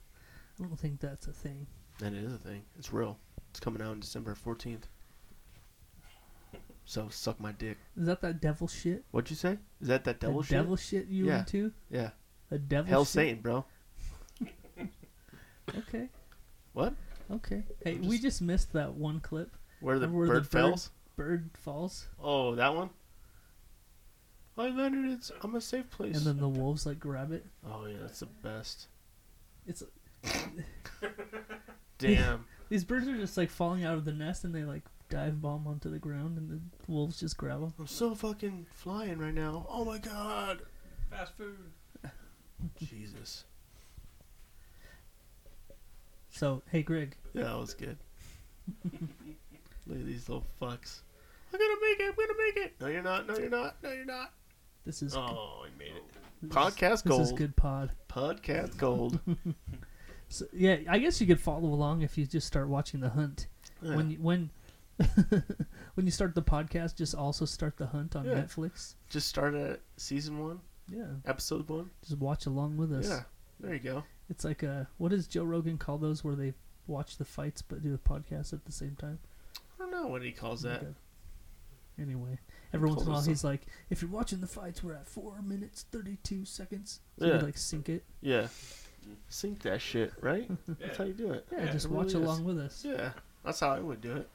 don't think that's a thing. That is a thing. It's real. It's coming out on December fourteenth. So suck my dick. Is that that devil shit? What'd you say? Is that that devil that shit? devil shit you Yeah. into? yeah. A devil Hell shit? Satan, bro. Okay. What? Okay. Hey, I'm we just- just missed that one clip. Where the Where the bird bird- fells? Bird falls, Oh, that one. I landed. It's. I'm a safe place. and then the wolves like grab it. oh yeah, that's the best. It's (laughs) Damn. these birds are just like falling out of the nest, and they like dive bomb onto the ground, and the wolves just grab them. I'm so fucking flying right now. Oh my god. Fast food. Jesus. So, hey, Greg, Yeah, that was good. Look at these little fucks. I'm gonna make it. I'm gonna make it. No, you're not. No, you're not. No, you're not. This is Oh, I made it. this is- podcast This is gold. good pod. Podcast gold. So, yeah, I guess you could follow along if you just start watching The Hunt. Yeah. When you, when (laughs) when you start the podcast, just also start The Hunt on Yeah. Netflix. Just start at season one, Yeah, episode one. just watch along with us. Yeah, there you go. It's like a what does Joe Rogan call those where they watch the fights but do the podcast at the same time? I don't know what he calls that. Okay. Anyway, every once in a calls while us he's like, if you're watching the fights, we're at four minutes thirty two seconds. So you Yeah. like sync it. Yeah, sync that shit, right? That's how you do it. Yeah, Yeah, just it watch really is. along with us. Yeah, that's how I would do it.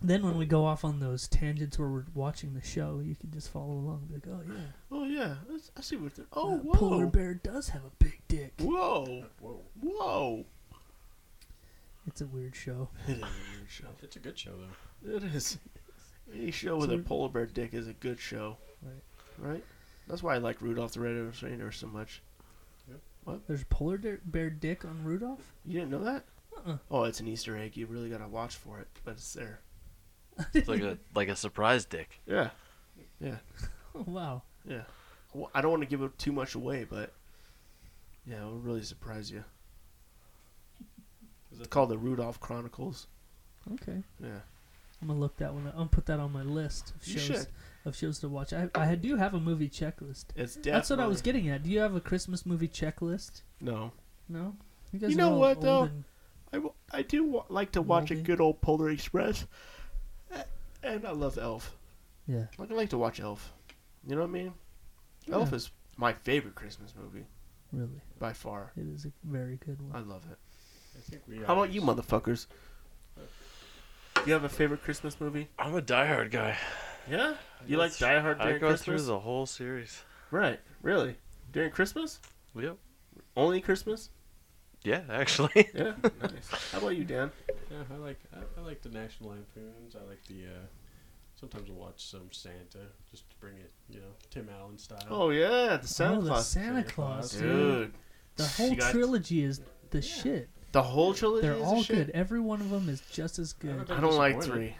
Then when we go off on those tangents where we're watching the show, you can just follow along. Be like, oh yeah, Oh yeah, that's- I see what they're. Oh that whoa, polar bear does have a big dick. whoa, Whoa. whoa! It's a weird show. It is a weird show. It's a good show, though. It is. Any show with a polar bear dick is a good show, Right. right? That's why I like Rudolph the Red-Nosed Reindeer so much. There's a polar de- bear dick on Rudolph. (laughs) You didn't know that? Uh-uh. Oh, it's an Easter egg. You really gotta watch for it, but it's there. It's like a like a surprise dick. Yeah, Oh, wow. yeah. Well, I don't want to give it too much away, but yeah, it'll really surprise (laughs) you. Is It's it called the Rudolph Chronicles. Okay. Yeah. I'm gonna look that one. up. I'm gonna put that on my list of You shows should. of shows to watch. I I do have a movie checklist. It's definitely. That's what I was getting at. Do you have a Christmas movie checklist? No. No. You are know all what, old though? and- I, w- I do wa- like to watch a Moldy. good old Polar Express. A- And I love Elf. yeah. Like, I like to watch Elf. You know what I mean? Elf Yeah. is my favorite Christmas movie Really, by far. it is a very good I one. love it. I think we How about always- you, motherfuckers? Do you have a favorite Christmas movie? I'm a diehard guy. Yeah? You like That's- Die Hard I during go through Christmas? the whole series. Right. Really? During Christmas? Yep. Only Christmas? Yeah, (laughs) actually. Yeah. (laughs) nice. How about you, Dan? Yeah, I like I, I like the National Lampoons. I like the. Uh, sometimes we'll watch some Santa just to bring it, you know, Tim Allen style. Oh, yeah. The Santa oh, the Claus. Santa Santa Claus, Claus, dude. Dude. The You whole got- trilogy is the shit. The whole trilogy They're is all the shit? good. Every one of them is just as good. know. I don't like Disappointed.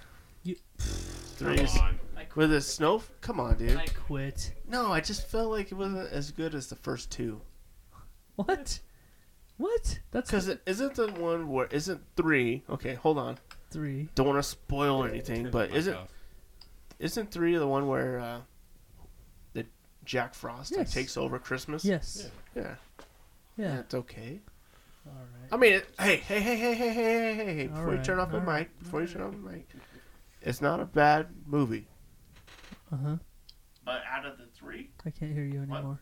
three. You- Three is- Come on. With a snow? f- Come on, dude. I quit. No, I just felt like it wasn't as good as the first two. What? What? That's Because it isn't the one where isn't three. Okay, hold on. three. Don't want to spoil anything, Turn but the mic isn't off. isn't three the one where uh, the Jack Frost like, Yes. takes over Christmas? Yes. Yeah. Yeah. Yeah. That's okay. All right. I mean, it, hey, hey, hey, hey, hey, hey, hey, hey, hey! Before you Alright, turn off the alright, mic, before you turn off the mic, it's not a bad movie. Uh huh. But out of the three, I can't hear you What? anymore.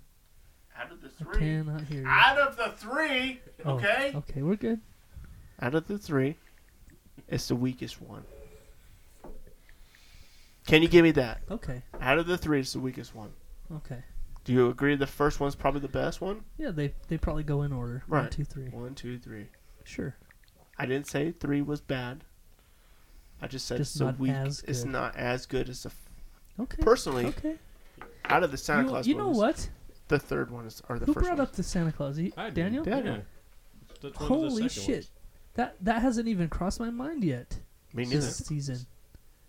out of the I cannot hear you. of the three, Oh, okay, we're good. out of the three, it's the weakest one. Can you give me that? Okay. Out of the three, it's the weakest one. Okay. Do you agree the first one's probably the best one? Yeah, they they probably go in order. One, Right. two, three. One, two, three. Sure. I didn't say three was bad. I just said Just it's the not weak. as It's good. not as good as the. F- Okay. Personally, Okay. out of the Santa You- Claus you know movies, what? The third one is or the Who first brought one. up the Santa Claus? You- I did. Daniel? Daniel. Yeah. That's one of the Holy second shit. ones. That that hasn't even crossed my mind yet. Me neither. This season.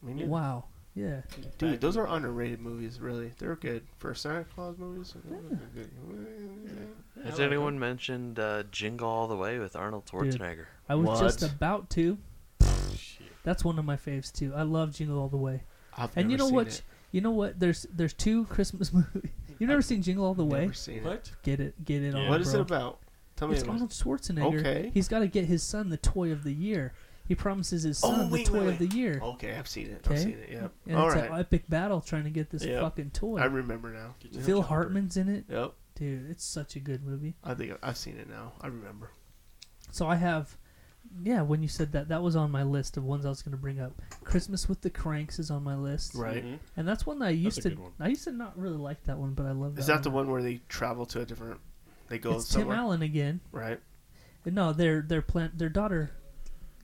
Me neither. Wow. Yeah. Dude, those are underrated movies. Really, they're good for Santa Claus movies. they're good. Yeah, I Has like anyone mentioned uh, Jingle All the Way with Arnold Dude. Schwarzenegger? I was just What? about to. them. Shit. That's one of my faves too. I love Jingle All the Way. I've and you never know seen what? it. You know what? There's there's two Christmas (laughs) movies. You've never seen Jingle All the Way? Never seen it. What? Get it, get it Yeah. on. What is bro. it about? Tell me It's about Arnold it. Schwarzenegger. Okay. He's got to get his son the toy of the year. He promises his Oh, son wait, the toy wait, Oh, of the year. Okay, I've seen it. I've Okay. seen it. Yeah. And All it's right. an epic battle trying to get this Yep. fucking toy. I remember now. Get your Phil jumper. Hartman's in it. Yep. Dude, it's such a good movie. I think I've seen it now. I remember. So I have, yeah, when you said that, that was on my list of ones I was going to bring up. Christmas with the Cranks is on my list. Right. Mhm. And that's one that I used a to, good one. I used to not really like that one, but I love that Is that the one where they travel to a different? They go It's Tim somewhere. Allen again. Right. And No, their their plant their daughter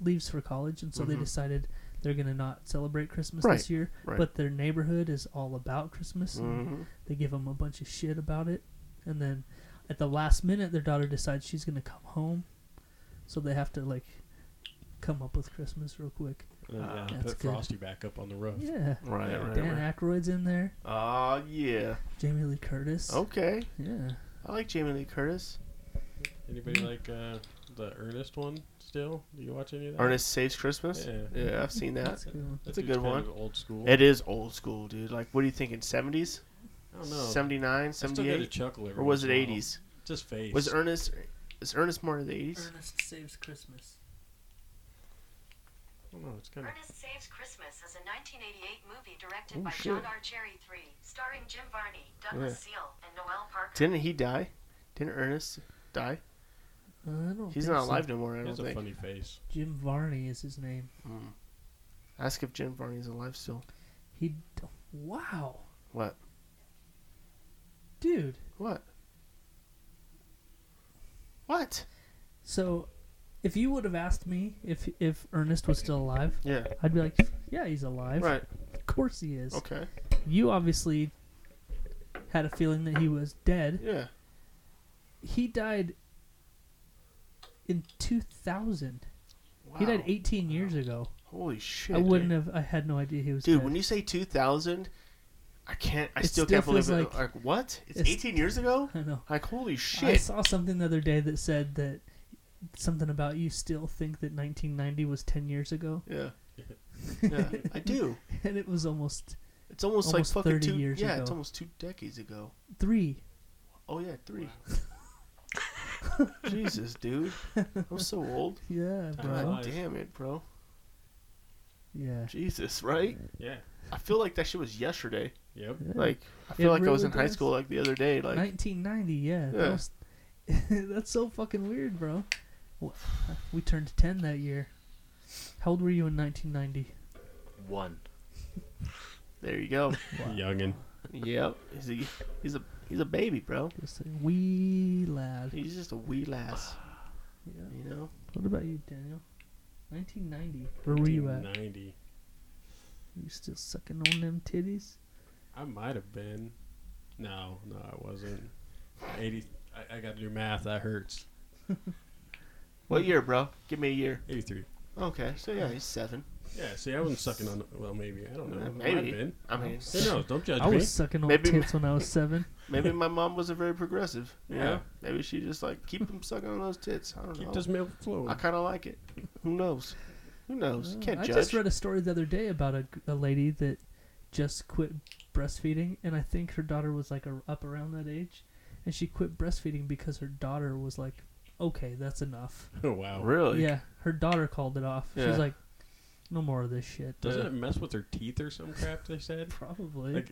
leaves for college, and so they Mhm. decided they're gonna not celebrate Christmas Right, this year. right. But their neighborhood is all about Christmas. and Mhm. They give them a bunch of shit about it, and then at the last minute, their daughter decides she's gonna come home, so they have to like come up with Christmas real quick. And then, Ah, uh, that's put good. Frosty back up on the roof. Yeah. Right, Yeah, right, Dan right. Aykroyd's in there. Ah, yeah. Jamie Lee Curtis. Okay. Yeah. I like Jamie Lee Curtis. Anybody Mm. like uh, the Ernest one still? Do you watch any of that? Ernest Saves Christmas. Yeah. yeah I've seen that. That's a good one. That That's a dude's good kind one. of Old school. It is old school, dude. Like, what do you think in 70s? I don't know. 79, I still get a 78? chuckle every Or was it once in a while. 80s? Just face. Was Ernest is Ernest more of the 80s? Ernest Saves Christmas. I don't know. It's kind of. Ernest Saves Christmas is a 1988 movie directed Oh, by shit. John R. Cherry III, starring Jim Varney, Douglas Seal, and Noel Parker. Didn't he die? Didn't Ernest die? Oh, I don't He's think not so. alive no more, I He don't has a think. funny face. Jim Varney is his name. Mm. Ask if Jim Varney's alive still. He. d- Wow. What? Dude. What? What? So, if you would have asked me if if Ernest was still alive, Yeah. I'd be like, yeah, he's alive. Right. Of course he is. Okay. You obviously had a feeling that he was dead. Yeah. He died in 2000. He died Wow. 18 years ago. Holy shit. I wouldn't dude. have. I had no idea he was Dude, dead. when you say 2000, I can't. I It still still can't believe feels it. Like, what? It's, it's- 18 years ago. (laughs) I know. Like holy I shit. saw something the other day that said that something about you still think that 1990 was 10 years ago, (laughs) Yeah. Yeah. I do. and it was almost It's almost, Almost like fucking 30 two. years yeah, ago. it's almost two decades ago. three. Oh yeah, three. (laughs) Jesus, dude, I'm so (laughs) old. Yeah, Time bro. flies. God damn it, bro. Yeah. Jesus, right? Yeah. I feel like that shit was yesterday. Yep. Like I feel It like I was really in high does. school like the other day. Like 1990, yeah. That Yeah. was, (laughs) that's so fucking weird, bro. Wha- We turned 10 that year. How old were you in 1990? One. there you go. (laughs) Youngin. yep, he's a he's a he's a baby, bro. Just a wee lad. He's just a wee lass, Yeah. you know. What about you, Daniel? 1990. Where were you at? Ninety. You still sucking on them titties? I might have been. No, no, I wasn't. Eighty. I, I got to do math. That hurts. What year, bro? Give me a year. Eighty-three. Okay, so yeah, he's seven. Yeah. See, I wasn't sucking on. Well, maybe. I don't know. Uh, I might have maybe. been. I mean, Who knows? Don't judge I me. was sucking on Maybe- tits when I was seven. maybe my mom wasn't very progressive. You Yeah. know? Maybe she just like keep him sucking on those tits. I don't know. Keep this milk I flowing. (laughs) kind of like it. Who knows? Who knows? Uh, Can't I judge. just read a story the other day about a, a lady that just quit breastfeeding, and I think her daughter was like a, up around that age, and she quit breastfeeding because her daughter was like, "Okay, that's enough." Oh wow. really? yeah, her daughter called it off. Yeah. She's like, "No more of this shit." Doesn't it mess with her teeth or some crap? They said. Probably (laughs) Like,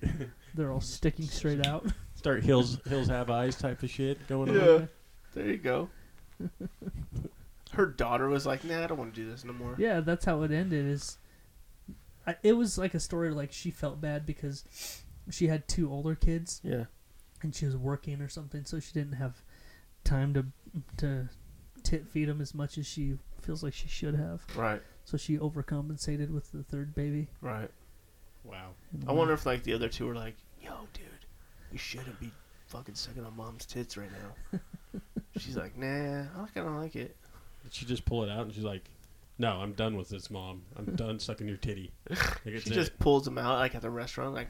they're all sticking straight out. start hills hills have eyes type of shit going Yeah. on. There (laughs) you go. Her daughter was like, "Nah, I don't want to do this no more." yeah, that's how it ended. Is I, it was like a story like she felt bad because she had two older kids. Yeah. and she was working or something, so she didn't have time to to tit feed him as much as she feels like she should have. Right. So she overcompensated with the third baby. Right. Wow. Mm-hmm. I wonder if like the other two were like, "Yo, dude, you shouldn't be fucking sucking on mom's tits right now." (laughs) She's like, "Nah, I kind of like it." Did she just pull it out and she's like, "No, I'm done with this, mom. (laughs) I'm done sucking your titty." Like it's she it. just pulls them out like at the restaurant, like,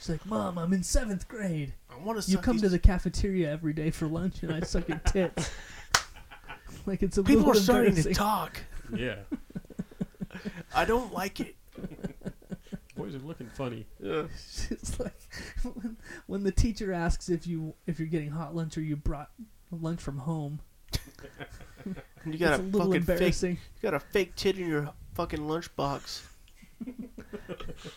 she's like, "Mom, I'm in seventh grade. "I want to." You come to the cafeteria every day for lunch, and I suck your (laughs) tits." like it's a People are little starting to embarrassing. (laughs) talk. (laughs) yeah. I don't (laughs) like it. Boys are looking funny. Yeah. It's like when, when the teacher asks if you if you're getting hot lunch or you brought lunch from home. You got it's a, a little fucking fake embarrassing. You got a fake tit in your fucking lunchbox. you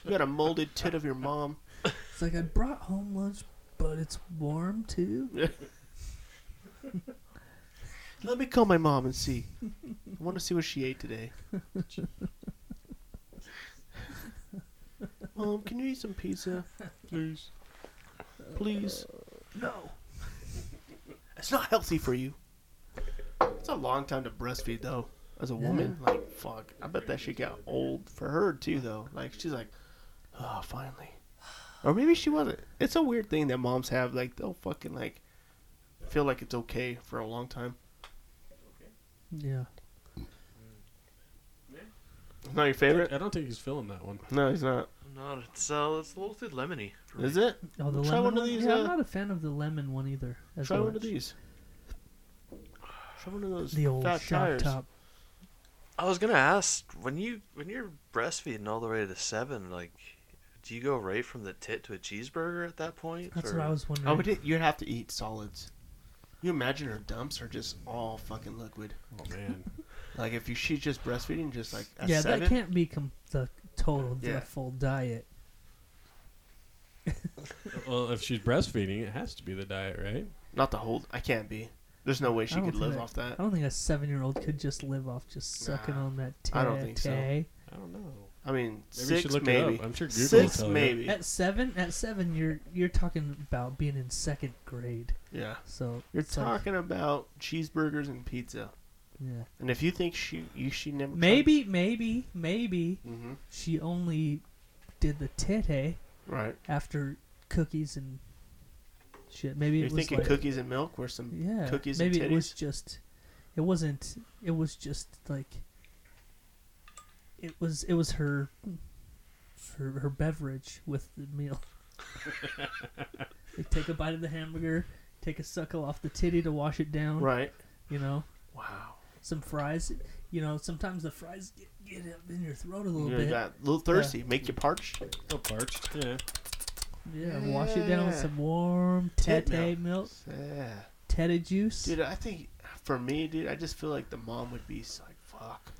got a molded tit of your mom. It's like I brought home lunch, but it's warm too. Let me call my mom and see. I want to see what she ate (laughs) today. mom, can you eat some pizza? Please. Please. No. (laughs) It's not healthy for you. It's a long time to breastfeed, though. As a woman, like, fuck. I bet that shit got old for her, too, though. Like, she's like, oh, finally. Or maybe she wasn't. It's a weird thing that moms have. Like, they'll fucking, like, feel like it's okay for a long time. Yeah. Not your favorite? I don't think he's feeling that one. No, he's not. No, it's uh, it's a little too lemony. for me. Is it? Oh, the Try lemon one of one? these, Yeah, I'm uh, not a fan of the lemon one either. as Try one of much. these. Try one of those The old fat shop tires. top. I was gonna ask when you when you're breastfeeding all the way to seven, like, do you go right from the tit to a cheeseburger at that point? That's or- what I was I wondering. would. Oh, You'd have to eat solids. You imagine her dumps are just all fucking liquid. Oh man, Like if you, she's just breastfeeding, just like at yeah, seven, that can't be com- the total, the Yeah. full diet. well, if she's breastfeeding, it has to be the diet, right? not the whole. I can't be. There's no way she I don't could live think- off that. I don't think a seven-year-old could just live off just sucking Nah, on that I don't think so. tete. I don't know. I mean, Maybe you six should look maybe. it up. I'm sure Google Six will tell maybe. At seven, at seven, you're you're talking about being in second grade. Yeah. So You're it's like- talking about cheeseburgers and pizza. yeah. And if you think she, you she never tried- Maybe, maybe, maybe Mhm. she only did the tete Right. after cookies and shit. Maybe You're it was thinking like, cookies and milk or some yeah, cookies maybe and it was titties. just, it wasn't. It was just like, it was it was her, her her beverage with the (laughs) meal. like take a bite of the hamburger, take a suckle off the titty to wash it down. Right. You know, Wow. some fries. You know, sometimes the fries get, get up in your throat a little You bit. got a little thirsty. Make you parched. you. Oh, parched. Yeah. Yeah, wash it down with Yeah. some warm Tit tete milk, milk. Yeah. tete juice. Dude, I think for me, dude, I just feel like the mom would be s- like, "Fuck,"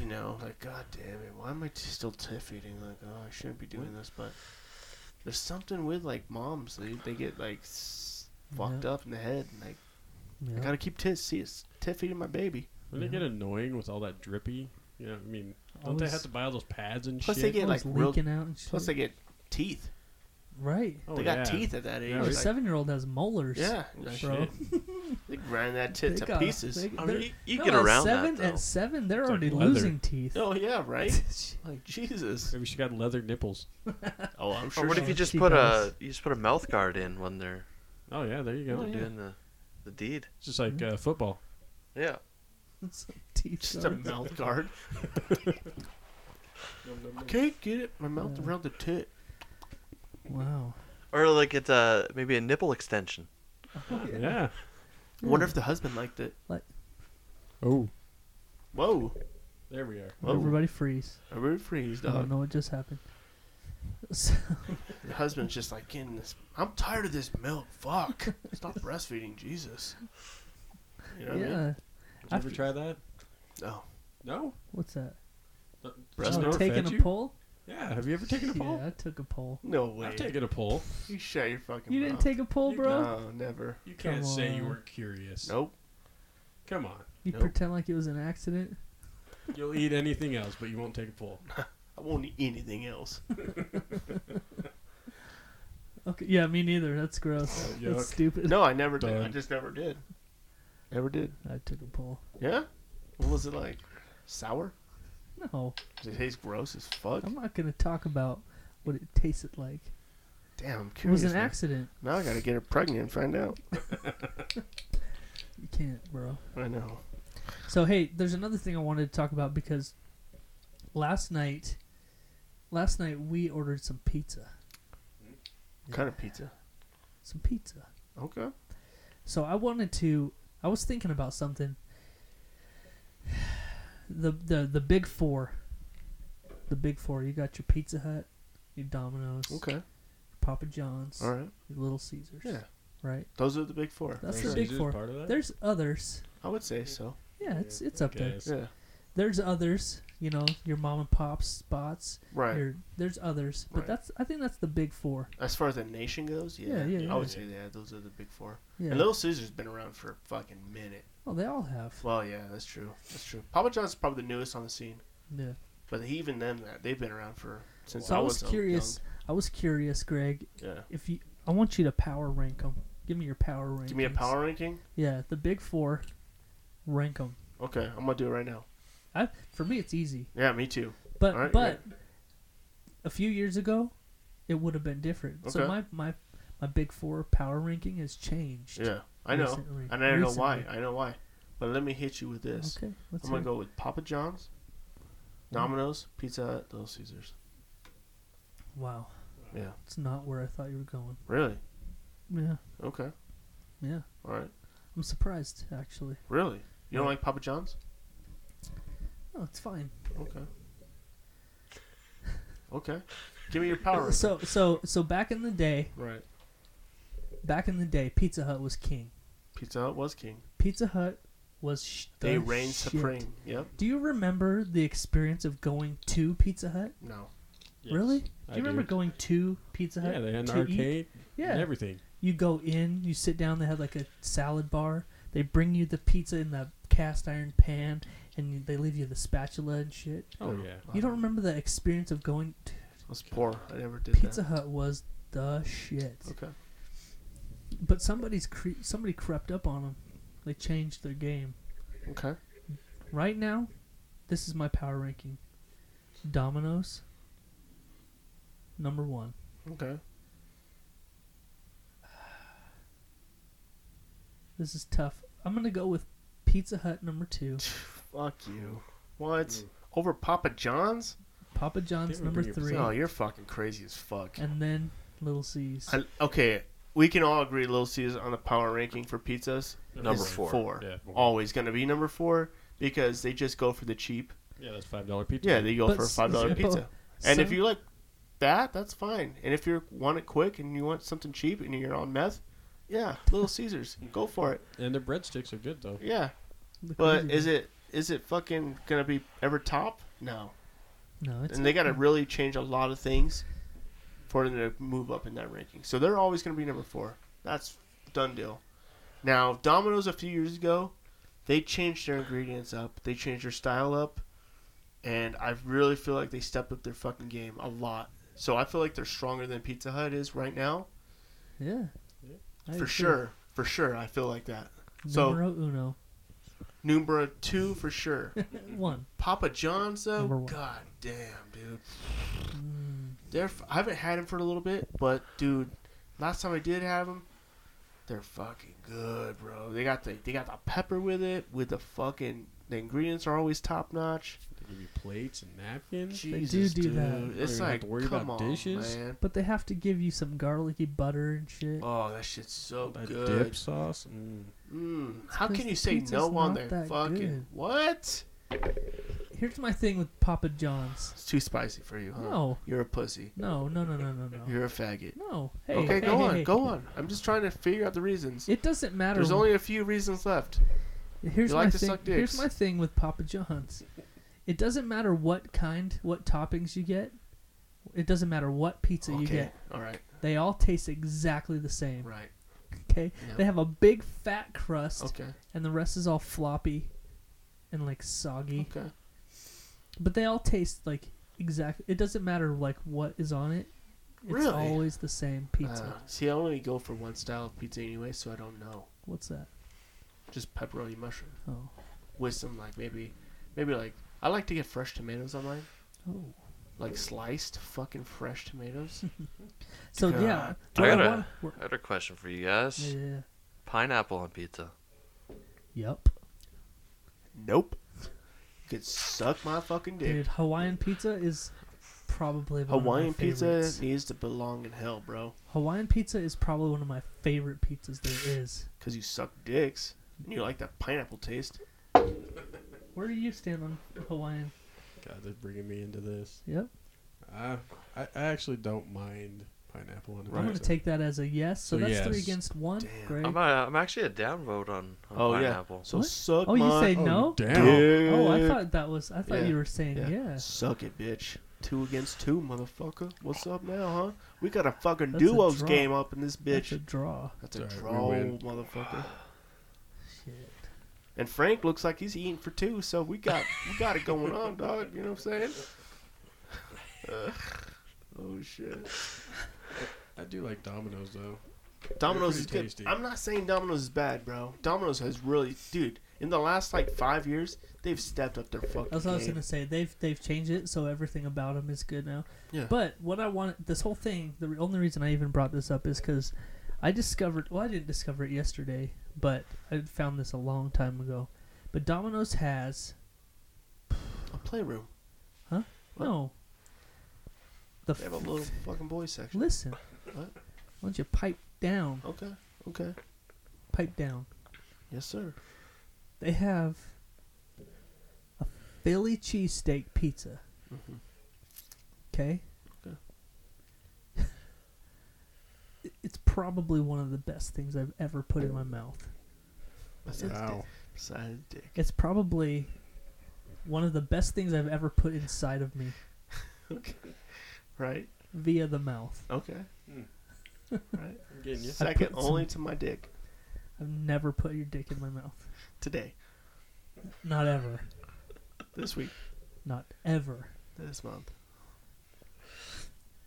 you know, like, "God damn it, why am I t- still tiff eating?" Like, "Oh, I shouldn't be doing this," but there's something with like moms, they they get like s- fucked Yeah. up in the head, and like, Yeah. I gotta keep tiff see, it's tiff feeding my baby. Wouldn't Yeah. it get Mm-hmm. annoying with all that drippy? You know, I mean, don't they Always- have to buy all those pads and Plus shit? they get like Always real. leaking out and shit. Plus they get teeth. right. oh, they got yeah. teeth at that age. Yeah, Your right. like- seven-year-old has molars. yeah, bro. bro. they grind that tit They to got- pieces. they- I they're- mean, you, you no, get at around seven, that though. At seven, they're It's like already leather. losing teeth. Oh yeah, right. (laughs) like Jesus. Maybe she got leather nipples. (laughs) Oh, I'm Or sure. what she- if you just she put does. a you just put a mouth guard in when they're Oh yeah, there you go. when they're doing the the deed? It's just like Mm-hmm. uh, football. Yeah. (laughs) Some teeth Just a are- mouth (laughs) (laughs) guard. Can't get it. My mouth Yeah. around the tit. Wow. Or like it's a maybe a nipple extension. Yeah. Wonder if the husband liked it. Oh, Whoa. there we are. Whoa. Everybody freeze. A root freeze, I don't dog. know what just happened. (laughs) So, The husband's just like, getting this. I'm tired of this milk. Fuck. (laughs) Stop breastfeeding, Jesus. You know what I mean? yeah. Did you ever I've- try that? No. No. What's that? Just Breast oh, never taking fed a you? poll? Yeah. Have you (laughs) ever taken a poll? Yeah, I took a poll. No way. I've taken a poll. You shut your fucking You mouth. didn't take a poll, You- bro? No, never. You Come can't say you on. weren't curious. Nope. Come on. You Nope. pretend like it was an accident? You'll eat anything else, but you won't take a poll. I won't eat anything else. Okay. Yeah, me neither. That's gross. Oh, That's yuck. stupid. No, I never did. I Done. just never did. Never did. I took a poll. Yeah? What was it like? Sour? No. Does it taste gross as fuck? I'm not gonna talk about what it tasted like. Damn, I'm It curious. was an now. accident. Now I gotta get her pregnant and find out. You can't, bro. I know. So hey, there's another thing I wanted to talk about because last night, last night we ordered some pizza. What kind of pizza? Some pizza. Okay. So I wanted to. I was thinking about something. (sighs) The the the big four. The big four. You got your Pizza Hut, your Domino's, Okay. Papa John's, All right. your Little Caesars. Yeah. Right. Those are the big four. That's Little the big Caesars four. part of that? There's others. I would say so. Yeah, it's it's up there. Uh, Guess. Yeah. There's others, you know, your mom and pop spots. Right. Your, there's others, but Right. that's I think that's the big four. as far as the nation goes, yeah, Yeah, yeah, I would yeah. say yeah, those are the big four. Yeah. And Little Caesars been around for a fucking minute. Oh, they all have. Well, yeah, that's true. That's true. Papa John's is probably the newest on the scene, Yeah. but even them that they've been around for since So I I was was, curious. I was curious, Greg. Young. Yeah. If you, I want you to power rank them. Give me your power rank. Give me a power ranking. Yeah, the big four. Rank them. Okay, I'm gonna do it right now. I for me it's easy, Yeah, me too. but All right, but a few years ago, it would have been different. So Okay. my my my big four power ranking has changed. Yeah, I know, Recently- and I don't know why. recently. I know why. But let me hit you with this. Okay. Let's I'm gonna hear it. go with Papa John's, Domino's, Pizza Hut, Little Caesars. Wow. Yeah. It's not where I thought you were going. Really? Yeah. Okay. Yeah. All right. I'm surprised, actually. Really? You don't Yeah. like Papa John's? Oh, it's fine. Okay. (laughs) Okay. Give me your power. (laughs) So, so, so back in the day, Right. back in the day, Pizza Hut was king. Pizza Hut was king. Pizza Hut was sh- the They reigned shit. supreme. Yep. Do you remember the experience of going to Pizza Hut? No. Really? Do I you remember do. going to Pizza Hut? Yeah, they had an to eat? arcade and Yeah. everything. You go in, you sit down, they have like a salad bar. They bring you the pizza in the cast iron pan, and you- they leave you the spatula and shit. Oh, No. yeah. You don't remember the experience of going to I was poor. I never did Pizza Hut was the shit. that. Okay. But somebody's cre- somebody crept up on them. They changed their game. Okay. Right now, this is my power ranking. Domino's number 1. Okay. This is tough. I'm going to go with Pizza Hut number 2, Fuck you. What? Hmm. Over Papa John's? Papa John's would number bring it 3, No, Oh, you're fucking crazy as fuck. and then Little C's. I, okay, we can all agree Little Caesars on the power ranking for pizzas. Number is four. Yeah. Always going to be number four because they just go for the cheap. Yeah, that's $5 pizza. Yeah, they go But for a s- five dollar yeah, but pizza. and if some- you like that, that's fine. And if you want it quick and you want something cheap and you're on meth, yeah, Little Caesars, go for it. and their breadsticks are good, though. Yeah, the but crazy is one. it is it fucking gonna be ever top? No. No, it's and they got to really change a lot of things for them to move up in that ranking. So they're always going to be number four. That's done deal. Now Domino's a few years ago, they changed their ingredients up. They changed their style up, and I really feel like they stepped up their fucking game a lot. So I feel like they're stronger than Pizza Hut is right now, Yeah. Yeah. I for agree. sure. For sure, I feel like that. So- Numero uno. Numero two for sure. 1. Papa John's though, Number one. god damn, dude. They're f- I haven't had them for a little bit, but dude, last time I did have them, they're fucking good, bro. They got the they got the pepper with it, with the fucking the ingredients are always top notch. They give you plates and napkins. Jesus, do dude, that. You it's don't like have to worry come about on, dishes. man. But they have to give you some garlicky butter and shit. Oh, that shit's so That good. dip sauce. Mm. Mm, how 'cause can you the say pizza's no on not their that fucking good. what? Here's my thing with Papa John's. It's too spicy for you, huh? No. You're a pussy. No, no, no, no, no, no. Uh-huh. You're a faggot. No. Hey, Okay, hey, go hey, on, hey. go on. I'm just trying to figure out the reasons. It doesn't matter. There's only a few reasons left. here's you like my to thing. suck dicks. Here's my thing with Papa John's. It doesn't matter what kind, what toppings you get. It doesn't matter what pizza okay. you get. All right. They all taste exactly the same. Right. Okay. Yeah. They have a big fat crust, Okay. and the rest is all floppy, and like soggy. Okay. But they all taste like exactly. It doesn't matter like what is on it. It's Really? always the same pizza. Uh, see, I only go for one style of pizza anyway, so I don't know. What's that? Just pepperoni mushroom Oh, with some like maybe, maybe like I like to get fresh tomatoes on mine, oh. like sliced fucking (laughs) fresh tomatoes. So God. yeah, do I I, gotta- want? I had a question for you guys. Yeah. Pineapple on pizza. Yep. nope. Could suck my fucking dick. Dude, Hawaiian pizza is probably one Hawaiian of my pizza favorites. needs to belong in hell, bro. Hawaiian pizza is probably one of my favorite pizzas there is. Cause you suck dicks and you like that pineapple taste. Where do you stand on Hawaiian? God, they're bringing me into this. Yep. I, I, I actually don't mind pineapple on a I'm gonna pizza. take that as a yes. So, So that's three yes. against one. Damn. Great. I'm, a, I'm actually a downvote on, on Oh pineapple. yeah. So What? suck. oh, you my say Oh, no? damn. Oh, I dick. thought that was. I thought Yeah. you were saying Yeah. yeah. Suck it, bitch. Two against two, motherfucker. What's up now, huh? We got a fucking That's a duos draw. game up in this That's a bitch. draw. That's a, Sorry, we draw, win. motherfucker. Shit. And Frank looks like he's eating for two, so we got we got it going on, dog. You know what I'm saying? Ugh. oh shit. I do like Domino's, though. Domino's pretty is good. tasty. I'm not saying Domino's is bad, bro. Domino's has really, dude. In the last like five years, they've stepped up their fucking. That's what I was game. gonna say. They've they've changed it, so everything about them is good now. Yeah. But what I want this whole thing, the re- only reason I even brought this up is because I discovered. Well, I didn't discover it yesterday, but I found this a long time ago. But Domino's has A playroom. What? No. The They have a little fucking boy section. Listen. What? Why don't you pipe down? Okay. Okay. Pipe down. Yes, sir. They have a Philly cheesesteak pizza. Mhm. Okay? (laughs) Okay. it's probably one of the best things I've ever put in my mouth. Besides Wow. dick. Besides dick. It's probably one of the best things I've ever put inside of me Right. via the mouth. Okay. Hmm. Mm. right. I'm getting you. Second put some- only to my dick I've never put your dick in my mouth. today, Not ever. this week, Not ever. this month.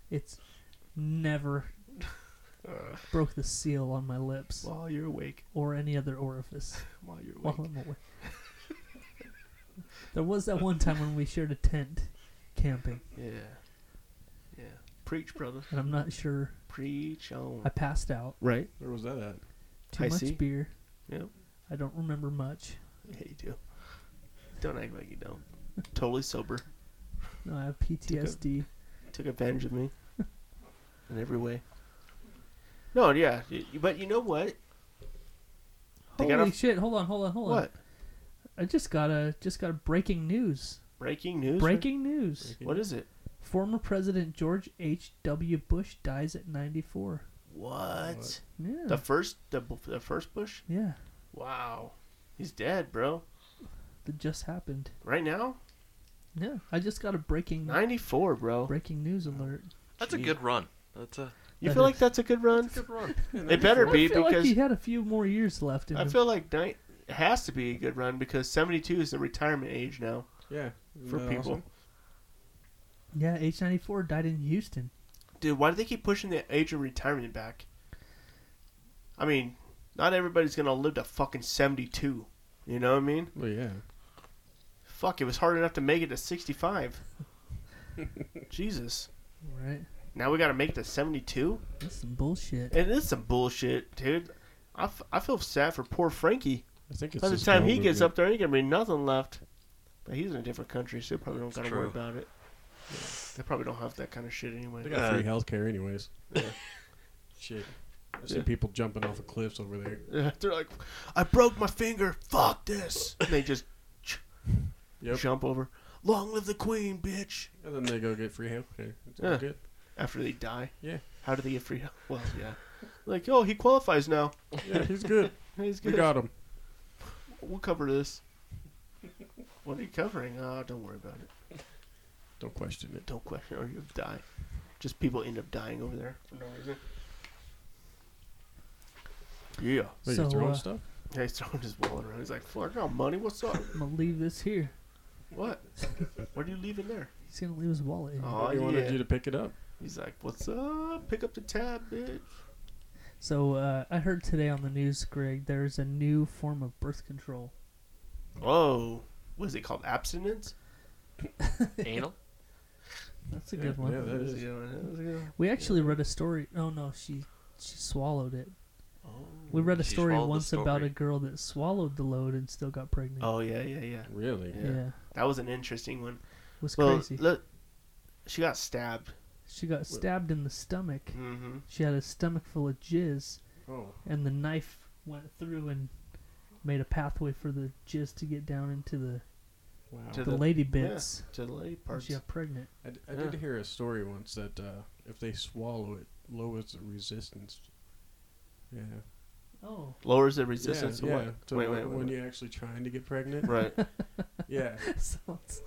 It's (laughs) never Uh, broke the seal on my lips while you're awake. or any other orifice. While you're While awake. I'm awake. there was that one time when we shared a tent camping, Yeah. Yeah. Preach, brother. and I'm not sure. Preach on. I passed out. Right. Where was that at? Too I much see. beer. Yeah. I don't remember much. Yeah, you do. Don't act like you don't. totally sober. No, I have PTSD. took advantage of me in every way. No, yeah, y- but you know what? They got Holy a- shit! Hold on, hold on, hold on. What I just got a just got a breaking news. breaking news? breaking news. What is it? Former President George H. W. Bush dies at 94. What? What? Yeah. The first, the, b- the first Bush? yeah. Wow, he's dead, bro. That just happened. Right now, Yeah. I just got a breaking ninety-four, bro. breaking news alert. That's Jeez. a good run. That's a You That feel is- like that's a good run? Good run. (laughs) It better be I feel like because he had a few more years left in I him. feel like ni- it has to be a good run because seventy-two is the retirement age now Yeah. for people. yeah, age 94 died in Houston. Dude, why do they keep pushing the age of retirement back? I mean, not everybody's gonna live to fucking seventy-two. You know what I mean? Well, yeah. Fuck, it was hard enough to make it to (laughs) sixty-five. Jesus, Right. now we gotta make it to seventy-two, That's some bullshit. and it's some bullshit, dude. I, f- I feel sad for poor Frankie. I think it's By the just time he Goldberg gets that- up there, ain't gonna be nothing left. But he's in a different country, so he probably don't It's gotta worry true. about it. They probably don't have that kind of shit anyway. They got free Uh, healthcare anyways. Yeah. (laughs) Shit. I see Yeah. people jumping off of cliffs over there. (laughs) They're like, I broke my finger. Fuck this. And they just (sniffs) Yep. jump over. Long live the queen, bitch. And then they go get free healthcare. It's Yeah. (laughs) all good. After they die. Yeah. How do they get free? (laughs) Well, yeah. Like, oh, he qualifies now. Yeah, (laughs) he's good. He's we good. got him. We'll cover this. What are you covering? Oh, don't worry about it. Don't question it. Don't question or you'll die. Just people end up dying over there for no reason. Yeah. Wait, So, you're throwing uh, stuff? Yeah, he's throwing his wallet around. He's like, fuck, I got money. What's up? I'm going to leave this here. What? What are you leaving (laughs) there? He's going to leave his wallet. in. Oh, he wanted yeah. you to pick it up. He's like, "What's up? Pick up the tab, bitch." So uh, I heard today on the news, Greg, there's a new form of birth control. Whoa, "Oh, what is it called? Abstinence? anal. That's a Yeah, good one. yeah, that That is. is a good one, that is a good one. We actually read a story. Oh, no, she, she swallowed it. Oh. We read a She story swallowed the once about a story. girl that swallowed the load and still got pregnant. Oh yeah, yeah, yeah. Really? yeah. yeah. That was an interesting one. It was Well, crazy. look, she got stabbed. She got stabbed in the stomach. Mm-hmm. She had a stomach full of jizz, Oh. and the knife went through and made a pathway for the jizz to get down into the, Wow. To the the- lady bits. To the lady and parts. She got pregnant. I, d- I did Yeah. hear a story once that uh, if they swallow it, lowers the resistance. Yeah. Oh, (laughs) Lowers the resistance yeah, to yeah, what? to wait, when- wait, wait. when wait. you're actually trying to get pregnant. Right. Yeah. sounds.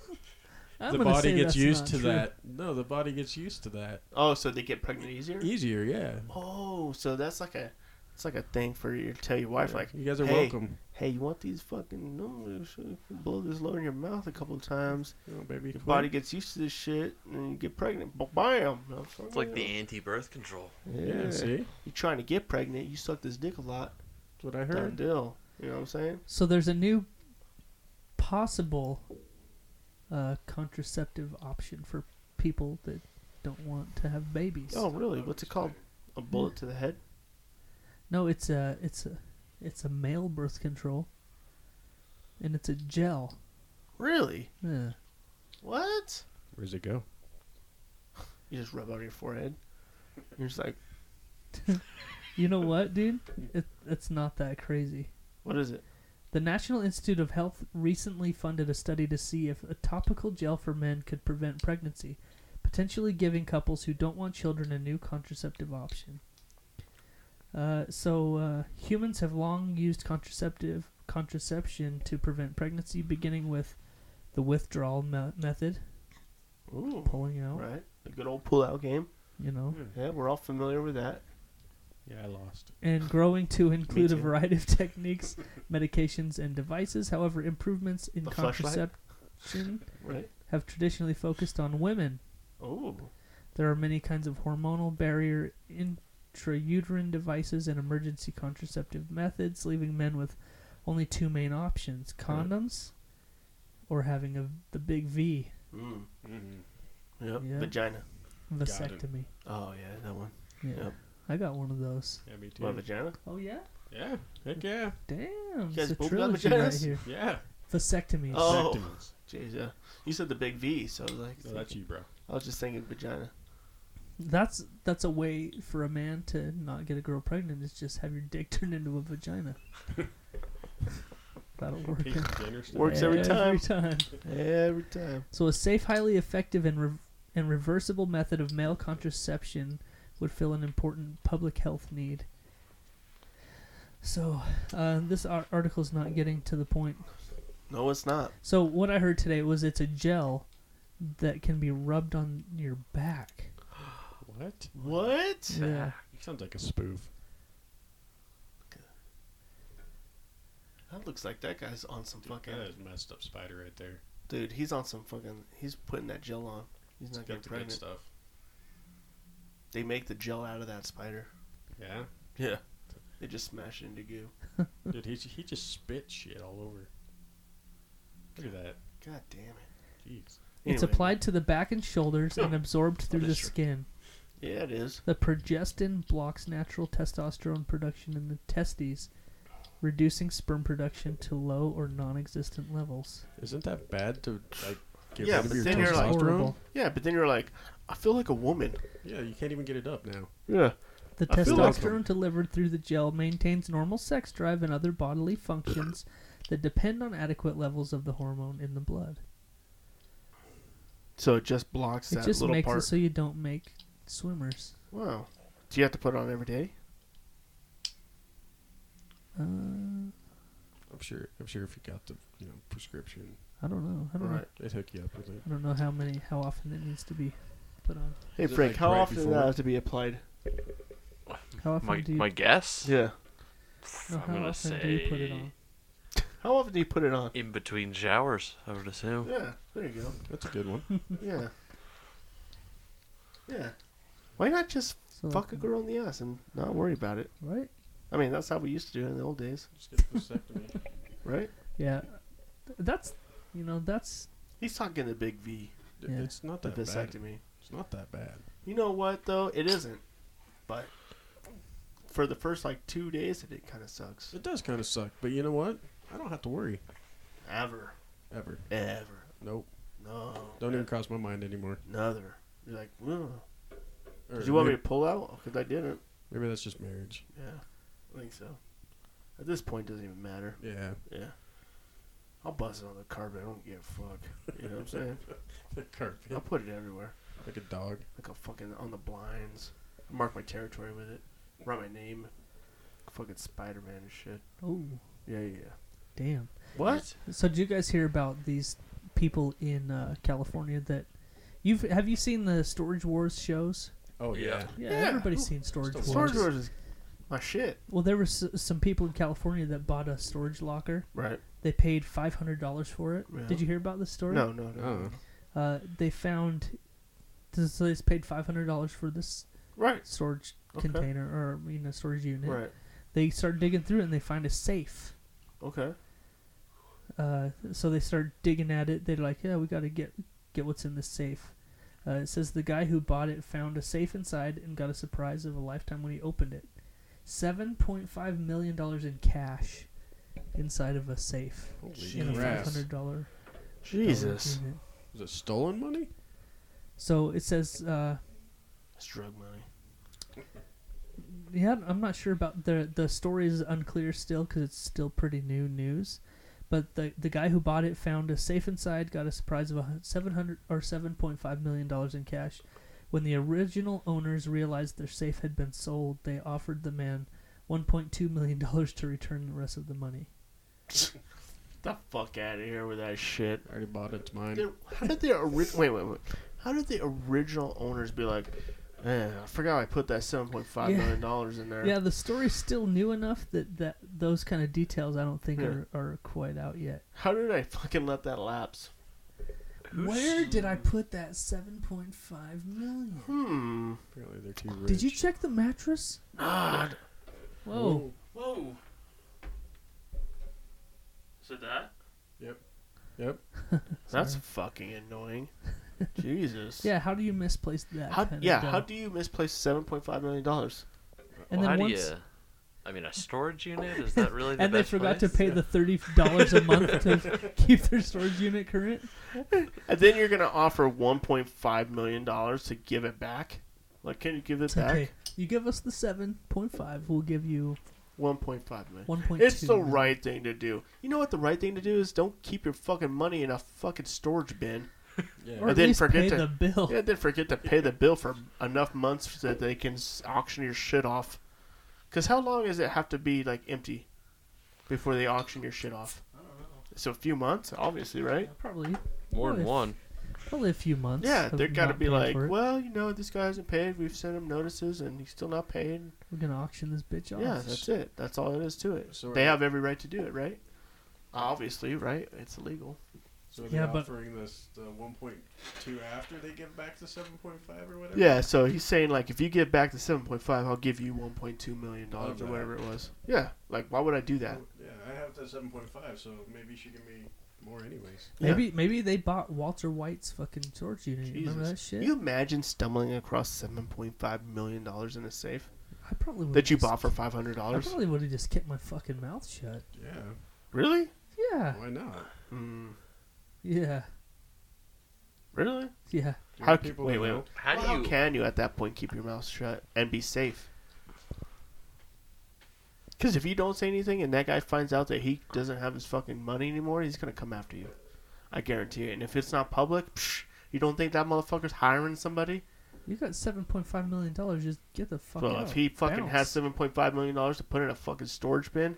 I'm the gonna body say gets that's used not to true. that. No, the body gets used to that. Oh, so they get pregnant easier? Easier, yeah. Oh, so that's like a, it's like a thing for you to tell your wife, Yeah. like, you guys are hey. welcome. hey, you want these fucking numbers? Blow this load in your mouth a couple of times. Oh, baby. Your body gets used to this shit, and you get pregnant. Ba- Bam! It's like the anti-birth control. Yeah, see? That's You're trying to get pregnant. You suck this dick a lot. what I Done heard. deal. You know what I'm saying? So there's a new possible uh, contraceptive option for people that don't want to have babies. Oh, really? What's it called? A bullet to the head? No, it's a it's a it's a male birth control, and it's a gel. Really? Yeah. What? Where does it go? You just rub it on your forehead. You're just like, You know what, dude? It, it's not that crazy. what is it? The National Institute of Health recently funded a study to see if a topical gel for men could prevent pregnancy, potentially giving couples who don't want children a new contraceptive option. Uh, so, uh, humans have long used contraceptive contraception to prevent pregnancy, beginning with the withdrawal me- method, Ooh, pulling out. right. The good old pull-out game. You know, Yeah, we're all familiar with that. Yeah, I lost. and growing to include a too. variety of (laughs) techniques, medications, and devices. However, improvements in The flashlight? contraception Right. have traditionally focused on women. Ooh. There are many kinds of hormonal barrier intrauterine devices and emergency contraceptive methods, leaving men with only two main options: condoms or having a, the big V, Mm. Mm-hmm. Yep. Yeah. Vagina. vasectomy. Oh yeah, that one. Yeah. Yep. I got one of those. Yeah, me too. What vagina? Oh yeah, Yeah, heck yeah, damn! it's guys a both got trilogy right vaginas? here. yeah. Vasectomies. Oh. Vasectomies. Jeez, yeah. You said the big V, so I was like, No, Oh, that's you, bro. I was just thinking vagina. That's that's a way for a man to not get a girl pregnant is just have your dick (laughs) turned into a (laughs) vagina. That'll work. Pete Jenner stuff. Works every Every time. time. Every time. So a safe, highly effective, and re- and reversible method of male contraception would fill an important public health need. So uh, this ar- article is not getting to the point. No, it's not. So what I heard today was it's a gel that can be rubbed on your back. What? What? Yeah. It sounds like a spoof. That looks like that guy's on some fucking. That is messed up spider right there. Dude, he's on some fucking. He's putting that gel on. He's It's not got getting the good pregnant. stuff. They make the gel out of that spider. Yeah. Yeah. They just smash it into goo. Dude, he, he just spit shit all over. Look at that. God damn it. Jeez. It's Anyway. applied to the back and shoulders and absorbed through the that's true. skin. Yeah, it is. The progestin blocks natural testosterone production in the testes, reducing sperm production to low or non-existent levels. Isn't that bad to like get Yeah, rid of but your then you're testosterone? like- Horrible. Yeah, but then you're like, I feel like a woman. yeah, you can't even get it up now. Yeah. The I feel like testosterone delivered through the gel maintains normal sex drive and other bodily functions that depend on adequate levels of the hormone in the blood. So it just blocks it that just little makes part. it so you don't make swimmers. Wow. Do you have to put it on every day? Uh, I'm sure. I'm sure if you got the you know prescription, I don't know. I don't know. Right. they'd hook you up with it. I don't know how many, how often it needs to be put on. Hey, Is it, Frank, like, how right often does before? that have to be applied? How often My, do you? my guess? Yeah. no, I'm how gonna often do you put it say- on? How often do you put it on? In between showers, I would assume. Yeah, there you go. That's a (laughs) good one. Yeah. yeah. Why not just So fuck a girl in the ass and not worry about it? Right? I mean, that's how we used to do it in the old days, Just get a (laughs) vasectomy. right? Yeah. Th- That's you know that's He's talking the big V, Dude, Yeah. It's not the that bad. vasectomy. It's not that bad. You know what though? It isn't. But for the first like two days, it, kind of sucks. It does kind of suck, but you know what? I don't have to worry Ever, ever. ever, Nope. no, Don't even cross my mind anymore. another. You're like, "Ugh." Or did you want me may- to pull out? Because I didn't. Maybe that's just marriage. Yeah, I think so. At this point, it doesn't even matter. (laughs) Yeah. Yeah. I'll buzz it on the carpet. I don't give a fuck. You know what I'm (laughs) saying? The carpet. I'll put it everywhere. Like a dog. Like a fucking on the blinds. I mark my territory with it. Write my name. Fucking Spider Man and shit. oh Yeah, yeah, yeah. damn. What? So did you guys hear about these people in uh, California that you've have you seen the Storage Wars shows? Oh Yeah. Yeah, yeah. Yeah. everybody's seen Storage Still Wars. Storage Wars is my shit. Well, there were s- some people in California that bought a storage locker. Right. They paid five hundred dollars for it. Yeah. Did you hear about this story? No, no, no. Oh. Uh, they found this- so they paid five hundred dollars for this Right. storage Okay. container or you know storage unit. Right. They start digging through it and they find a safe. Okay. Uh, so they start digging at it. They're like, "Yeah, we got to get get what's in this safe." Uh, it says the guy who bought it found a safe inside and got a surprise of a lifetime when he opened it. Seven point five million dollars in cash inside of a safe Holy in a crap. five hundred dollar. Jesus. Was it stolen money? So it says, uh, It's drug money. yeah, I'm not sure about the the story is unclear still because it's still pretty new news. But the the guy who bought it found a safe inside, got a surprise of a hun- 700 or 7.5 million dollars in cash. When the original owners realized their safe had been sold, they offered the man 1.2 million (laughs) dollars to return the rest of the money. the fuck out of here with that shit. I already bought it. It's mine. Dude, How did the ori- wait wait wait? How did the original owners be like? Eh, I forgot I put that seven point five Yeah. million dollars in there. Yeah, the story's still new enough that, that those kind of details I don't think Yeah. are, are quite out yet. How did I fucking let that lapse? Where did I put that 7.5 million? Hmm. Apparently they're too rich. Did you check the mattress? God. Whoa. Whoa. Is it that? Yep. That's fucking annoying. Jesus. (laughs) Yeah, how do you misplace that? How, kind yeah. of, uh, How do you misplace seven point five million dollars? and well, then how once, do you? I mean, a storage unit is that really (laughs) the and they best forgot place? to pay the thirty dollars a month (laughs) to keep their storage unit current. And then you're gonna offer one point five million dollars to give it back. Like, can you give it It's okay. back? You give us the seven point five, we'll give you One point five million. one point two. It's the right thing to do. You know what the right thing to do is? Don't keep your fucking money in a fucking storage bin. Yeah. Or I at didn't least forget pay to- the bill. Yeah, then forget to pay the bill for enough months so that they can s- auction your shit off. Because how long does it have to be like empty before they auction your shit off? So a few months, obviously, right? Probably, More than Really? one. probably a few months. Yeah, of they're gotta not be paying like, for it. well, you know, this guy hasn't paid. We've sent him notices, and he's still not paid. we're gonna auction this bitch off. Yeah, that's it. That's all it is to it. So They are- have every right to do it, right? Obviously, right? It's illegal. So are they Yeah, but- offering this the 1.2 after they give back the 7.5 or whatever. Yeah, so he's saying like if you give back the seven point five, I'll give you one point two million dollars or Okay. whatever it was. Yeah, like why would I do that? Well, Oh, Yeah, I have the 7.5, so maybe you should give me more anyways. Maybe maybe they bought Walter White's fucking storage unit. You Remember that Jesus. shit? Can you imagine stumbling across seven point five million dollars in a safe I probably would've that you just- bought for five hundred I (laughs) dollars? probably would have just kept my fucking mouth shut. Yeah, Really? Yeah, why not? Mm, yeah, really? yeah. You How want c- people wait, to wait, know? wait. How How do you? can you at that point keep your mouth shut and be safe? Because if you don't say anything and that guy finds out that he doesn't have his fucking money anymore, he's gonna come after you. I guarantee it. And if it's not public, psh, you don't think that motherfucker's hiring somebody? You got seven point five million dollars. Just get the fuck well, out. if he fucking Bounce. has seven point five million dollars to put in a fucking storage bin,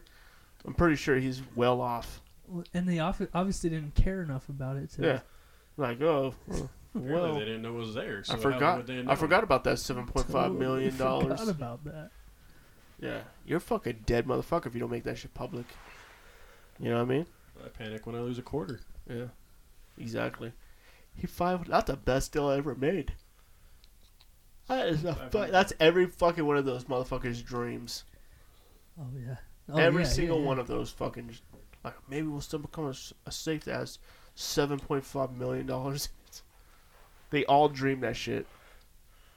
I'm pretty sure he's well off. Well, and they obvi- obviously didn't care enough about it. To Yeah. Like, oh, Apparently well, they didn't know it was there. So I how would forgot. they I know? forgot about that seven point five totally million dollars. Forgot about that. Yeah, you're a fucking dead motherfucker if you don't make that shit public. You know what I mean? I panic when I lose a quarter. Yeah, exactly. He five. That's the best deal I ever made. That is a fu- 500. that's every fucking one of those motherfuckers' dreams. Oh yeah. Oh, every yeah, single yeah, one yeah. of those fucking. Like maybe we'll still become a, s- a safe that has seven point five million dollars. (laughs) They all dream that shit.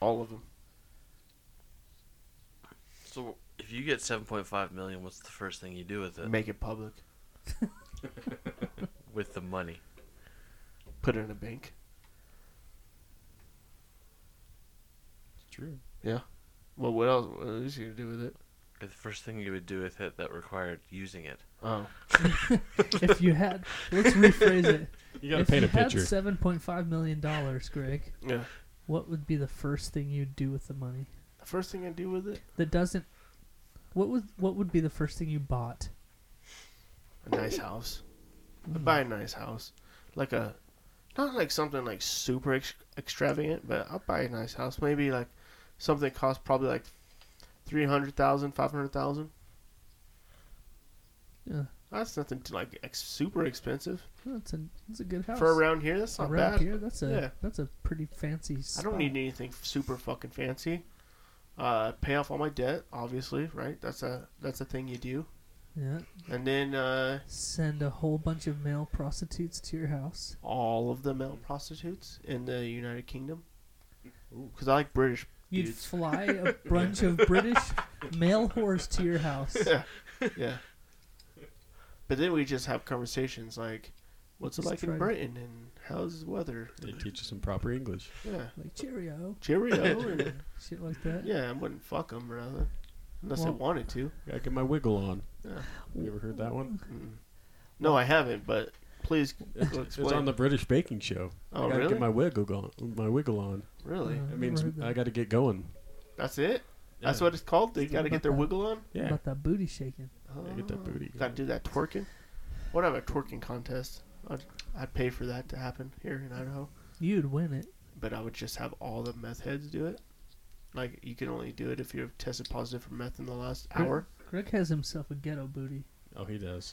All of them. So if you get 7.5 million, what's the first thing you do with it? Make it public. With the money? Put it in a bank. It's true. Well, what else? What else you gonna do with it? The first thing you would do with it that required using it. Oh, if you had, (laughs) let's rephrase it. You gotta if paint you a picture. had seven point five million dollars, Greg, yeah. what would be the first thing you'd do with the money? The first thing I do with it. That doesn't. What would what would be the first thing you bought? a nice house. I'd buy a nice house, like a, not like something like super ex- extravagant, but I'll buy a nice house. Maybe like something that costs probably like three hundred thousand, five hundred thousand. Yeah, That's nothing to like ex- super expensive that's a that's a good house for around here. That's not Around bad. here. That's a Yeah. that's a pretty fancy. I don't need anything super fucking fancy. Uh, pay off all my debt, obviously, right? That's a that's a thing you do. Yeah, And then uh, send a whole bunch of male prostitutes to your house. all of the male prostitutes in the United Kingdom, Ooh. because I like British You'd Dudes. fly (laughs) a bunch of British male whores to your house. yeah. yeah. But then we just have conversations like, What's it Just like try in to- Brighton and how's the weather? They teach us some proper English. Yeah, Like Cheerio, (laughs) cheerio. and, (laughs) shit like that. yeah, I wouldn't fuck them or nothing, unless Well- I wanted to. Gotta get my wiggle on. Yeah. You ever heard that one? Mm. No, I haven't. But please (laughs) It's, it's explain. on the British Baking Show. Oh, I gotta really? get my wiggle on. My wiggle on. really? Uh, That means never heard that. I gotta get going. That's it. That's Yeah. what it's called. They gotta get their wiggle on. Yeah. About that booty shaking. Yeah, get that Oh, booty Gotta going. do that twerking. What about a twerking contest? I'd, I'd pay for that to happen here in Idaho. You'd win it. But I would just have all the meth heads do it. Like, you can only do it if you've tested positive for meth in the last Really? hour. Greg has himself a ghetto booty. (laughs) Oh, he does.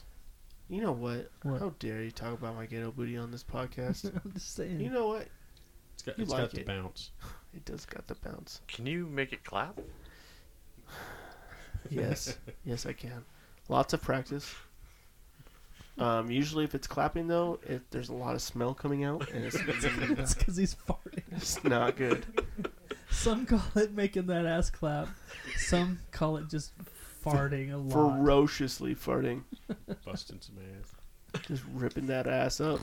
You know what? What? How dare you talk about my ghetto booty on (laughs) this podcast? I'm just saying. you know what? It's got, You it's like got the it. (laughs) bounce. It does got the bounce. Can you make it clap? Yes. (laughs) yes, I can. Lots of practice. Um, usually, if it's clapping, though, it, there's a lot of smell coming out, and it's, it's because he's farting. it's not good. Some call it making that ass clap. Some call it just farting a (laughs) lot. Ferociously farting. Busting some ass. Just ripping that ass up.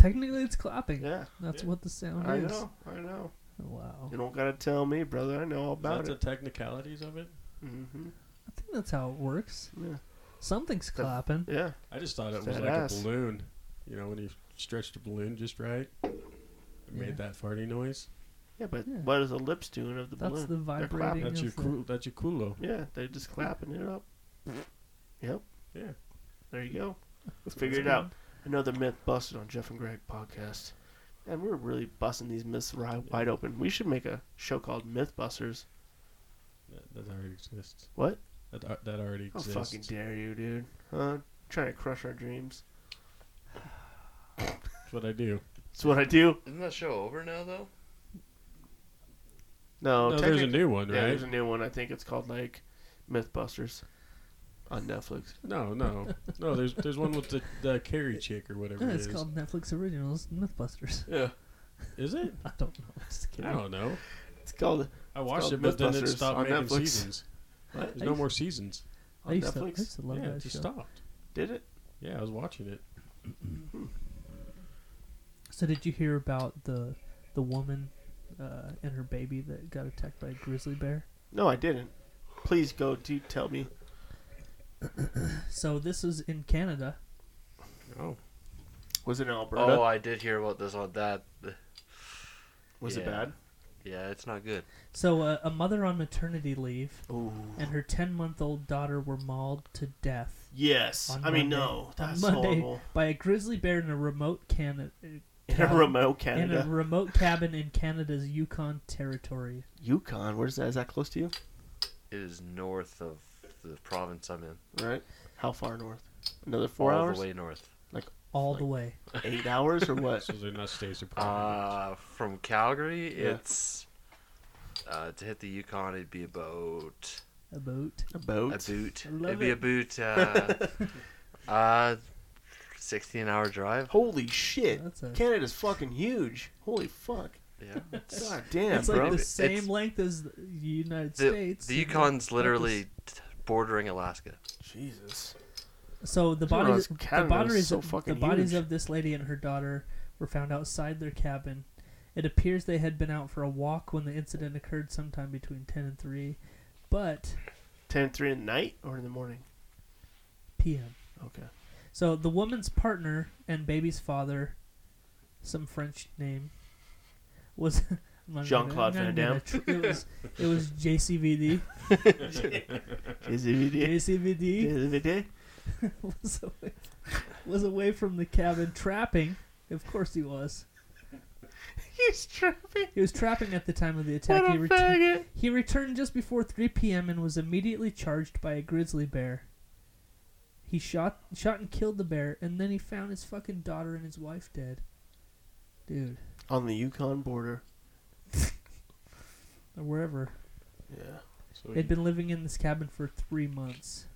Technically, it's clapping. Yeah. That's what the sound I is. know. I know. Wow. You don't got to tell me, brother. I know all about That's the it. technicalities of it. hmm I think that's how it works. Yeah. Something's clapping. Yeah. I just thought it It's was that like ass. a balloon. You know, when you stretched a balloon just right, it Yeah. made that farty noise. Yeah, but Yeah. what is the lips doing of the That's balloon? the They're vibrating clapping. That's your Yes, uh, cool. That's your culo. Yeah, they're just clapping it up. Yep. Yeah. There you go. Figure it out. Another myth busted on Jeff and Greg podcast. And we're really busting these myths ri- wide open. We should make a show called Mythbusters. That, that already exists. What? That ar- that already How exists. Oh, fucking dare you, dude? Huh? Trying to crush our dreams. That's what I do. That's what I do. Isn't that show over now though? No, no, there's a technic- new one, Yeah, right? there's a new one. I think it's called like MythBusters on Netflix. no, no, no. There's there's one with the, the Carrie chick or whatever Yeah, it it's is. called Netflix Originals Mythbusters. (laughs) Yeah. Is it? I don't know. I'm just kidding. I don't know. It's called I watched called it, but then it Mythbusters stopped on making Netflix. seasons. What? There's no more seasons. I on used, to, I Oh, Netflix. used to love yeah, it that just show. stopped. Did it? Yeah, I was watching it. So did you hear about the the woman uh, and her baby that got attacked by a grizzly bear? No, I didn't. Please go. Do tell me. So this was in Canada. Oh, Was it in Alberta? Oh, I did hear about this on that. was it yeah. bad? Yeah, it's not good. So uh, a mother on maternity leave Ooh. and her 10 month old daughter were mauled to death Yes. On I mean, Monday- no. on That's Monday. horrible. by a grizzly bear in a remote Canada. In a remote In a Canada, remote cabin in Canada's Yukon Territory. Yukon. Where's that? Is that close to you? It is north of the province I'm in. Right. How far north? Another four all hours? the way north. All the way. Eight hours or (laughs) what? so they're not states of Uh, from Calgary, Yeah. it's uh, to hit the Yukon. It'd be about A boat. A a boat. boot. I love It'd be a it. boot. Uh, (laughs) uh, sixteen-hour drive. Holy shit! That's a- Canada's fucking huge. Holy fuck! (laughs) Yeah, it's, God damn, it's like bro. the It's- same length as the United the, States. the Yukon's literally t- bordering Alaska. Jesus. So the Dude, I bodies, was the counting, it was bodies, so of, the fucking bodies huge. of this lady and her daughter were found outside their cabin. It appears they had been out for a walk when the incident occurred sometime between 10 and 3, but 10 3 at night or in the morning? p.m. (laughs) Okay. So the woman's partner and baby's father, some French name, was (laughs) I'm not gonna- Jean-Claude I'm not Van gonna tr- It was it (laughs) was JCVD. Is it video? JCVD Is it video? (laughs) was away, was away from the cabin trapping. Of course he was. He's tripping. He was trapping at the time of the attack. What a He, retu- faggot. he returned just before 3 p.m. and was immediately charged by a grizzly bear. He shot shot and killed the bear, and then he found his fucking daughter and his wife dead. Dude, On the Yukon border. or wherever. Yeah. So They'd been living in this cabin for three months.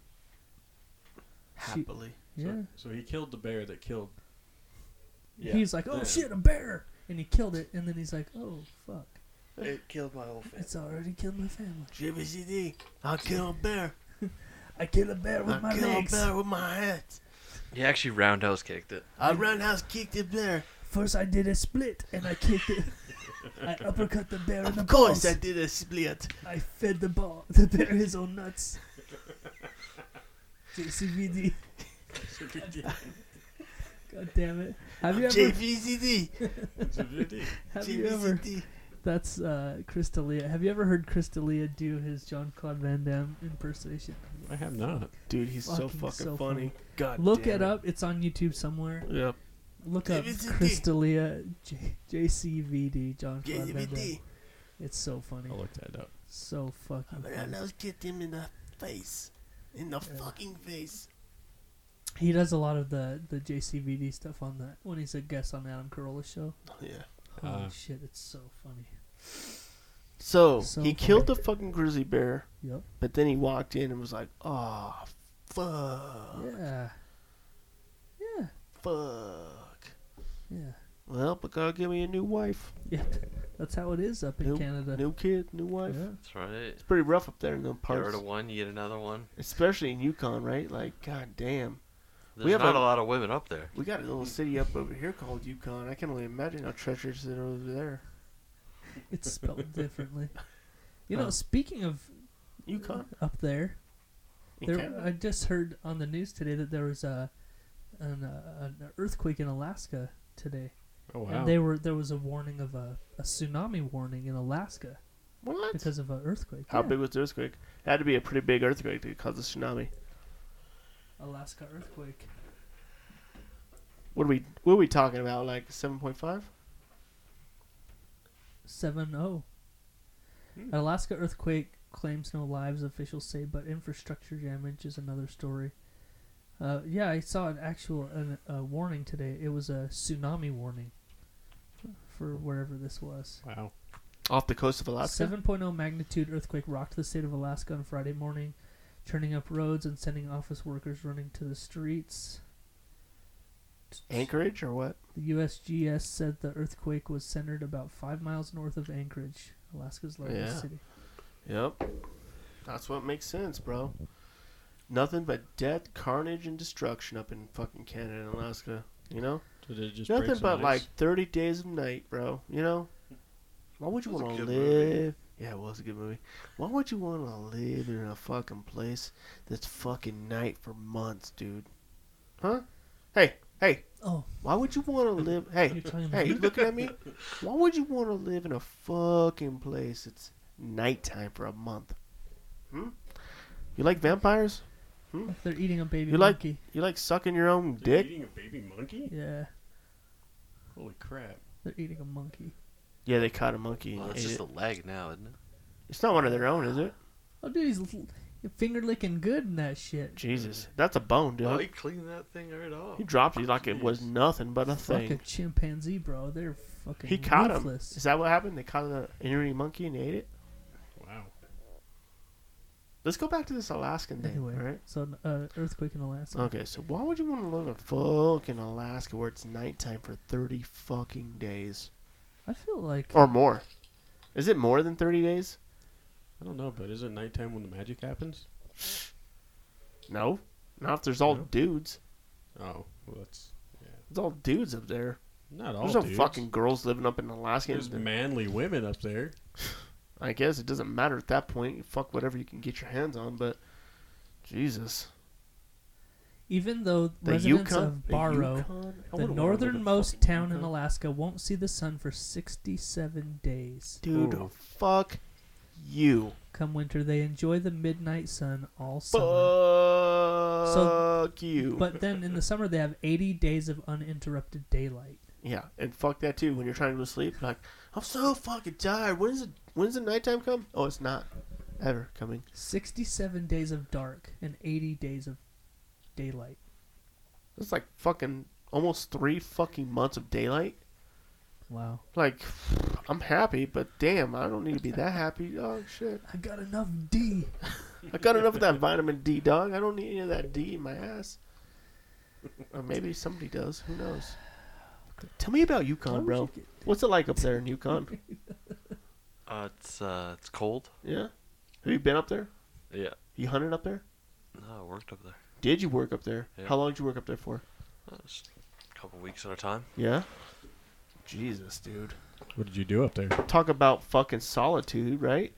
She- Happily. he, yeah. So, so he killed the bear that killed. (laughs) He's like, oh Yeah. shit, a bear! And he killed it, and then he's like, oh fuck, It killed my whole it's already killed my family. JBCD. I'll kill a bear. I kill a bear with I'll my kill legs. a bear with my hands. He actually roundhouse kicked it. I roundhouse kicked it there. First, I did a split and I kicked it. (laughs) I uppercut the bear in the Of balls. course, I did a split. I fed the ball. (laughs) The bear his own (laughs) nuts. JCVD. God damn it. Have you ever? JVCD. Have you ever? JVCD. That's uh, Chris D'Elia. Have you ever heard Chris D'Elia do his John Claude Van Damme impersonation? I have not. Dude, he's so Fucking fucking so funny. funny. God Look damn it up. It's on YouTube somewhere. Yep. Look up JVD. Chris D'Elia, J- JCVD, John Claude Van Damme. JVCD. It's so funny. I'll look that up. So fucking I funny. roundhouse kicked him in the face. In the fucking face. He does a lot of the, the JCVD stuff on that when he's a guest on Adam Carolla's show. Yeah. Holy Uh. shit, it's so funny. So, So he killed the fucking grizzly bear, Yep. but then he walked in and was like, "Ah, fuck, Yeah. Yeah. fuck." Yeah. Well, but God give me a new wife, Yeah. That's how it is up in new, Canada. new kid, new wife. Yeah. That's right. It's pretty rough up there in the Part parts, of one, you get another one. especially in Yukon, right? Like, god damn, There's have not a- a, lot of women up there. we got a little city up over here called Yukon. I can only imagine how treacherous it is over there. It's spelled differently. You know, Oh. speaking of Yukon, up there, in there uh, Canada? I just heard on the news today that there was a an, uh, an earthquake in Alaska today, Oh wow. and they were there was a warning of a, a tsunami warning in Alaska what? because of an earthquake. how Yeah. big was the earthquake? It had to be a pretty big earthquake to cause a tsunami. Alaska earthquake? What are we? What are we talking about? Like seven point five? Seven oh. An Hmm. Alaska earthquake claims no lives, officials say, but infrastructure damage is another story. Uh, yeah, I saw an actual an, a warning today. It was a tsunami warning for wherever this was. wow. Off the coast of Alaska. 7.0 magnitude earthquake rocked the state of Alaska on Friday morning, turning up roads and sending office workers running to the streets. Anchorage or what? The USGS said the earthquake was centered about five miles north of Anchorage, Alaska's largest Yeah. city. Yep. That's what makes sense, bro. Nothing but death, carnage, and destruction up in fucking Canada and Alaska. You know? So did it just break Nothing some but ice? like 30 days of night, bro. You know? Why would you That was a want to good live? movie. Yeah, it was a good movie. Why would you want to live in a fucking place that's fucking night for months, dude? Huh? Hey, hey. Oh, Why would you want to live? Hey, You're talking about- hey, you looking at me? Why would you want to live in a fucking place that's nighttime for a month? Hmm? You like vampires? they're eating a baby You like- monkey. You like sucking your own They're dick? Eating a baby monkey? Yeah, Holy crap! they're eating a monkey. Yeah, they caught a monkey. and Well, it's ate just it. a leg now, isn't it? It's not one of their own, is it? Oh, dude, he's l- finger licking good in that shit. Jesus, that's a bone, dude. Oh, he cleaned that thing right off. he dropped you like it was nothing but a Fuck a thing. chimpanzee, bro. They're fucking He caught him. ruthless. Is that what happened? They caught an injury monkey and ate it. Wow. Let's go back to this Alaskan thing, Anyway, all right? so an uh, earthquake in Alaska. Okay, so why would you want to live in fucking Alaska where it's nighttime for 30 fucking days? I feel like Or more. Is it more than 30 days? I don't know, but is it nighttime when the magic happens? No. Not if there's all No. dudes. Oh, well, that's yeah. It's all dudes up there. Not all. there's no dudes. fucking girls living up in Alaska. There's and- manly women up there. I guess it doesn't matter at that point. You fuck whatever you can get your hands on, but Jesus. even though The residents Yukon? of Barrow, Yukon? the, I wouldn't wanna live in northernmost fucking town in Yukon. Alaska, won't see the sun for 67 days. Dude, Ooh. fuck you. Come winter, they enjoy the midnight sun all Fuck summer. you. But then in the summer, they have 80 days of uninterrupted daylight. Yeah, and fuck that too. When you're trying to go to sleep, like I'm so fucking tired. When's the when's the nighttime come? Oh, it's not ever coming. 67 days of dark and 80 days of daylight. It's like fucking almost three fucking months of daylight. Wow. Like I'm happy, but damn, I don't need to be that happy. Dog, shit. I got enough D. I got enough of that vitamin D, dog. I don't need any of that D in my ass. Or maybe somebody does. Who knows? Tell me about Yukon, bro. What's it like up there in (laughs) Yukon? Uh, it's uh, it's cold. Yeah. Have you been up there? Yeah. You hunted up there? No, I worked up there. Did you work up there? Yeah. How long did you work up there for? Just a couple weeks at a time. Yeah. Jesus, dude. What did you do up there? Talk about fucking solitude, right?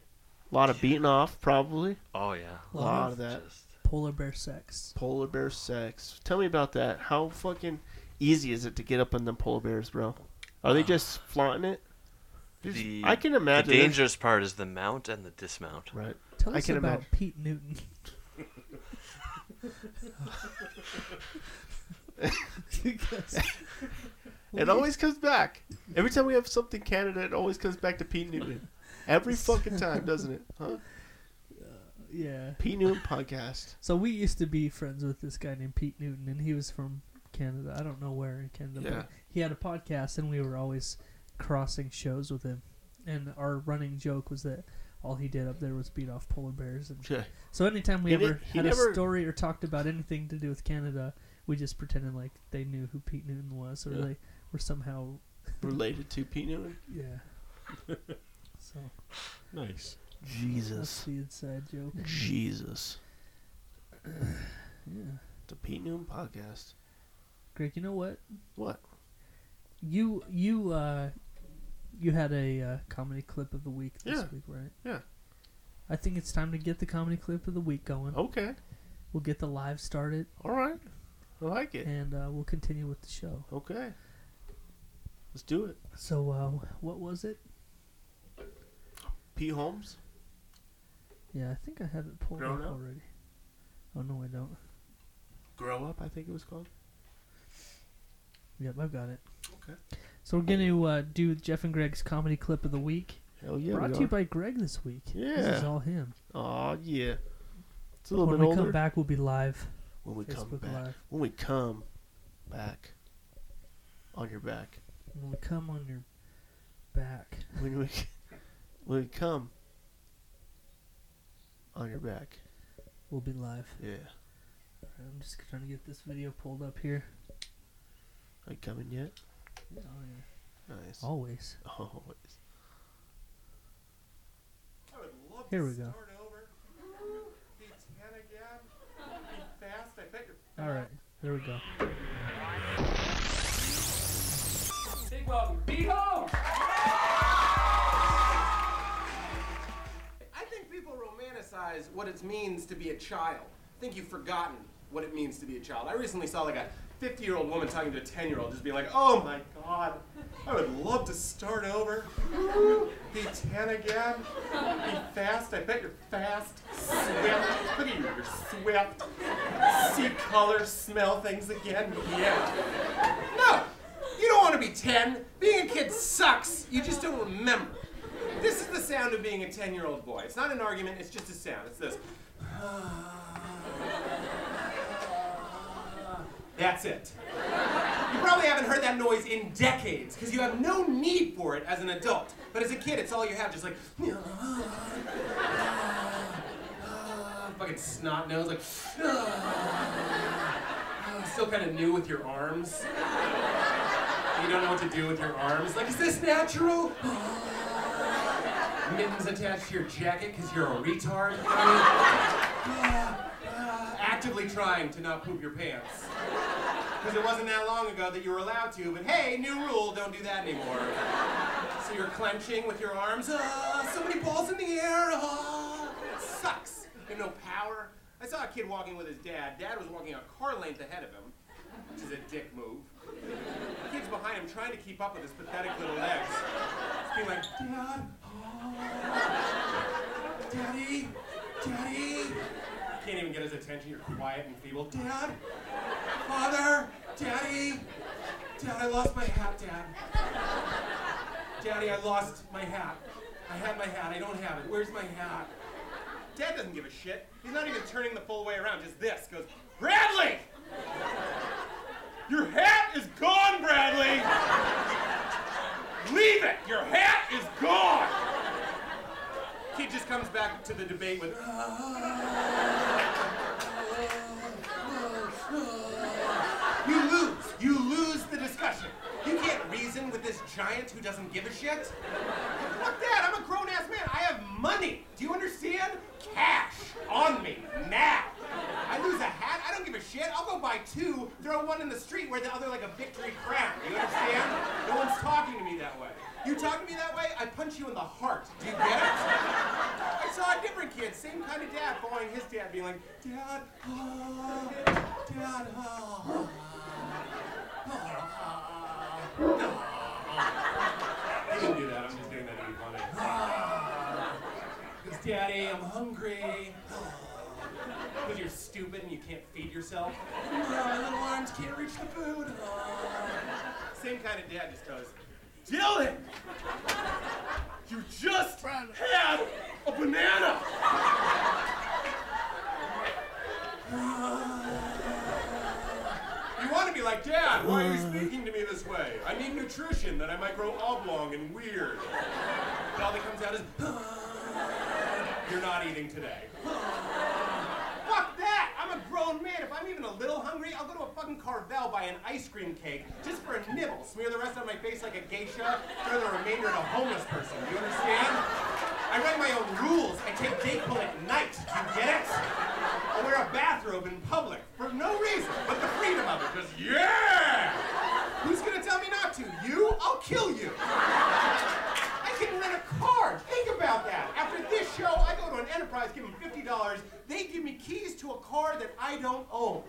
A lot of beating off, probably. Oh yeah. A Lot lot of of that. Just, Polar bear sex. Polar bear sex. Tell me about that. How fucking easy is it to get up on them polar bears, bro? Are they just flaunting it? Just- The- I can the imagine. dangerous part is the mount and the dismount. Right. Tell I us can about imagine. Pete Newton. (laughs) It always comes back. Every time we have something Canada, it always comes back to Pete Newton. Every fucking time, doesn't it? Huh? (laughs) yeah. Pete (laughs) Newton podcast. So we used to be friends with this guy named Pete Newton, and he was from Canada. I don't know where in Canada, Yeah. but he had a podcast, and we were always crossing shows with him. And our running joke was that all he did up there was beat off polar bears. And Okay. so anytime we He ever did- he had never- a story or talked about anything to do with Canada, we just pretended like they knew who Pete Newton was, or Yeah. they were somehow, Related to Pete Newton. yeah. (laughs) so Nice. that's Jesus. the inside (laughs) joke. Jesus. Yeah, The Pete Newton podcast. Greg, you know what? What? You you uh you had a uh, comedy clip of the week this Yeah. week, right? Yeah. I think it's time to get the comedy clip of the week going. Okay. We'll get the live started All right. I like it. and uh, we'll continue with the show. Okay. Let's do it. So uh, what was it? Pete Holmes. Yeah, I think I have it pulled Grown up Up? already. Oh no, I don't. Grow up. I think it was called. Yep, I've got it. Okay. So we're gonna uh, do Jeff and Greg's comedy clip of the week, Hell yeah. brought to you by Greg this week. this is Yeah. all him. Aw yeah. It's a little When we bit older. come back, we'll be live. when we come Facebook back. Live. When we come back. On your back. When we come on your back. When we when we come. On your back. We'll be live. Yeah. I'm just trying to get this video pulled up here. Are you coming yet? Oh, yeah. Nice. (laughs) Always. Oh. I would love Here we go. over. Be 10 again. Be fast. I bet you're All right. There we go. Big welcome, Pete Holmes. I think people romanticize what it means to be a child. I think you've forgotten what it means to be a child. I recently saw like a 50 year old woman talking to a 10 year old, just being like, oh my god, I would love to start over, be 10 again, be fast. I bet you're fast, swift. Look at you, you're swift. See color, smell things again. Yeah. No, you don't want to be 10. Being a kid sucks, you just don't remember. This is the sound of being a 10 year old boy. It's not an argument, it's just a sound. It's this. That's it. You probably haven't heard that noise in decades because you have no need for it as an adult. But as a kid, it's all you have, just like. Fucking snot nose, like. Still kind of new with your arms. You don't know what to do with your arms. Like, is this natural? (gasps) mittens attached to your jacket because you're a retard. (sighs) Actively trying to not poop your pants. Because it wasn't that long ago that you were allowed to, but hey, new rule, don't do that anymore. So you're clenching with your arms. Ah, so many balls in the air. Ah, it sucks. You have no power. I saw a kid walking with his dad. Dad was walking a car length ahead of him, which is a dick move. The kid's behind him trying to keep up with his pathetic little legs. Just being like, Dad, oh, Daddy, Daddy. Can't even get his attention. You're quiet and feeble. Dad, Father, Daddy, Dad. I lost my hat, Dad. Daddy, I lost my hat. I had my hat. I don't have it. Where's my hat? Dad doesn't give a shit. He's not even turning the full way around. Just this goes, Bradley. Your hat is gone, Bradley. Leave it. Your hat is gone. He just comes back to the debate with. You lose. You lose the discussion. You can't reason with this giant who doesn't give a shit. Fuck that. I'm a grown ass man. I have money. Do you understand? Cash on me now. I lose a hat. I don't give a one in the street wear the other like a victory crown. You understand? No one's talking to me that way. You talk to me that way, I punch you in the heart. Do you get it? I saw a different kid, same kind of dad, following his dad, being like, Dad, oh, Dad, oh, oh, no. You didn't do that. I'm just doing that to be funny. It's Daddy, I'm hungry. Because you're stupid and you can't feed yourself. My little arms can't reach the food. Same kind of dad just goes, Dylan! You just had a banana! You want to be like, Dad, why are you speaking to me this way? I need nutrition that I might grow oblong and weird. And all that comes out is, you're not eating today. Fuck that! I'm a grown man. If I'm even a little hungry, I'll go to a fucking Carvel buy an ice cream cake just for a nibble. Smear the rest on my face like a geisha, throw the remainder at a homeless person. Do you understand? I write my own rules. I take Dayquil at night. Do you get it? I wear a bathrobe in public for no reason but the freedom of it. Just yeah! Who's gonna tell me not to? You? I'll kill you. I can rent a car. Think about that. After this show, I go to an enterprise, give them fifty dollars. They give me keys to a car that I don't own.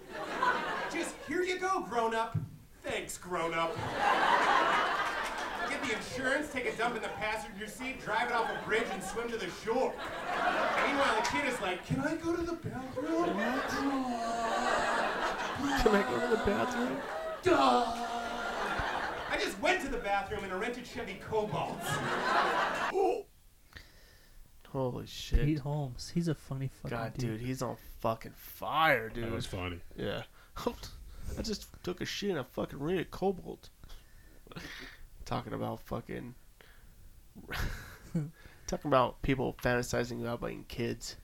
Just here you go, grown up. Thanks, grown up. I Get the insurance, take a dump in the passenger seat, drive it off a bridge, and swim to the shore. Meanwhile, the kid is like, "Can I go to the bathroom?" Can I go to the bathroom? I just went to the bathroom in a rented Chevy Cobalt. Holy Pete shit. Holmes. He's a funny fucking God, dude. dude, he's on fucking fire, That was dude. funny. Yeah. (laughs) I just took a shit in a fucking ring of cobalt. (laughs) Talking about fucking. (laughs) Talking about people fantasizing about being kids.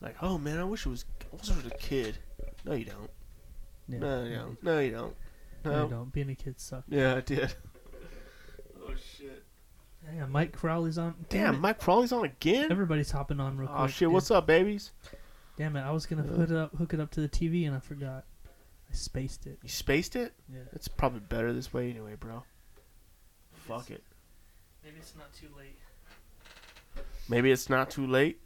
Like, oh man, I wish it was. I wish I was a kid. No, you don't. Yeah. No, you don't. No, you don't. No, Uh, No. don't. Being a kid sucks. Yeah, I did. Oh shit. Yeah, Mike Crowley's on. Damn, it. Mike Prawley's on again. Everybody's hopping on real quick. Oh shit, dude. what's up, Uh. babies? Damn it! I was gonna hook it up, hook it up to the TV, and I forgot. I spaced it. You spaced it? Yeah. It's probably better this way anyway, bro. Fuck it. Maybe it's not too late. Maybe it's not too late.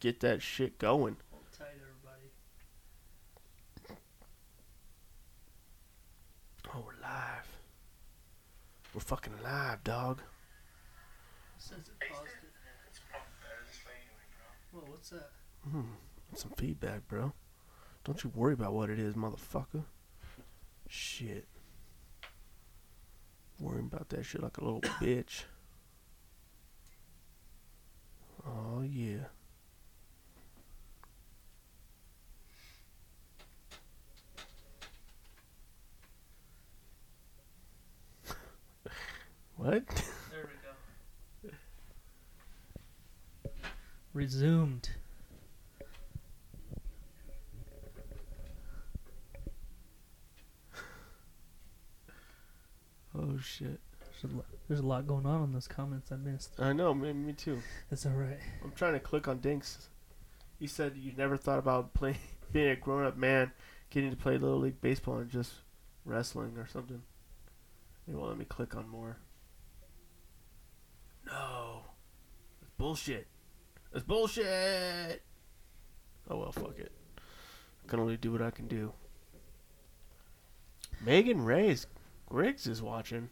Get that shit going. Hold tight, everybody. Oh, we're live. We're fucking live, dog. Since it paused it. Whoa, what's that? Some feedback, bro. Don't you worry about what it is, motherfucker. Shit. Worrying about that shit like a little (coughs) bitch. Oh, yeah. (laughs) what? (laughs) There we go. Resumed. Oh, shit. There's a, lot, there's a lot going on in those comments I missed. I know, man, me too. That's all right. I'm trying to click on Dinks. You said you never thought about playing, (laughs) being a grown-up man, getting to play little league baseball and just wrestling or something. It won't let me click on more. No, that's bullshit. That's bullshit. Oh well, fuck it. Can only do what I can do. Megan Ray's Griggs is watching.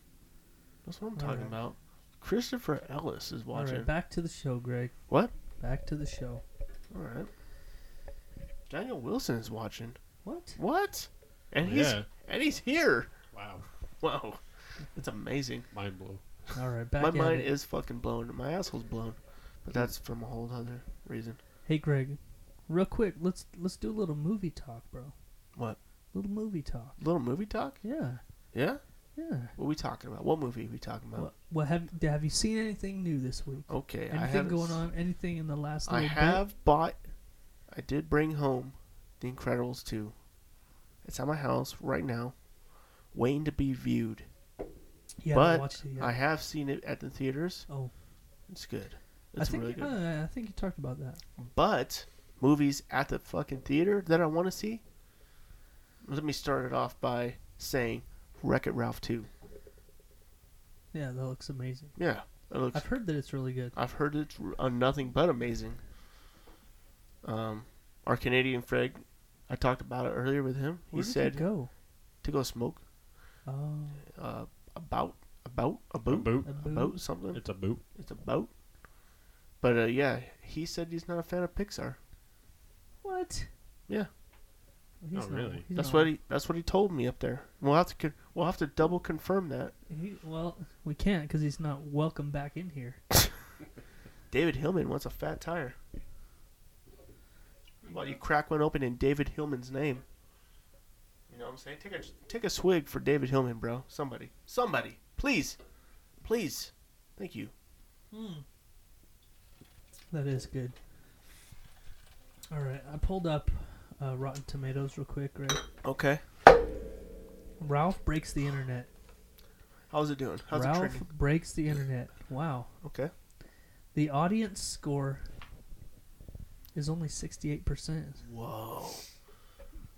That's what I'm talking Alright. about. Christopher Ellis is watching. All right, back to the show, Greg. What? Back to the show. All right. Daniel Wilson is watching. What? What? And Oh, he's yeah. and he's here. Wow. Wow, that's amazing. Mind blow. All right, back. My at mind it. is fucking blown. My asshole's blown, but that's from a whole other reason. Hey, Greg. Real quick, let's let's do a little movie talk, bro. What? Little movie talk. Little movie talk? Yeah, Yeah. yeah. What we talking about? What movie we talking about? Well, well, have have you seen anything new this week? Okay. I Anything haven't going s- on? Anything in the last I little have bought. I did bring home The Incredibles 2. It's at my house right now, waiting to be viewed. bit? Yeah, but I watched it. Yeah. I have seen it at the theaters. oh, It's good. I It's think really good. uh, I think you talked about that. But movies at the fucking theater that I want to see, let me start it off by saying Wreck It Ralph 2. Yeah, that looks amazing. Yeah, it looks. I've heard that it's really good. I've heard it's r- uh, nothing but amazing. Um, our Canadian friend, I talked about it earlier with him. He Where did said "Go." to go smoke Oh, uh, about about a boat, boot. a a boot. boat something. It's a boot. It's a boat. But uh, yeah, he said he's not a fan of Pixar. What? Yeah. Well, he's Oh, not- really? he's That's not- what he. That's what he told me up there. We'll have to. con- We'll have to double confirm that. He, well, we can't because he's not welcome back in here. David Hillman wants a fat tire. Well, you crack one open in David Hillman's name. You know what I'm saying? Take a take a swig for David Hillman, bro. Somebody, somebody, please, please. Thank you. That is good. All right, I pulled up uh, Rotten Tomatoes real quick. Right, Okay. Ralph breaks the internet. How's it doing? How's it Ralph trending? breaks the internet. Wow. Okay. The audience score is only 68%. Whoa.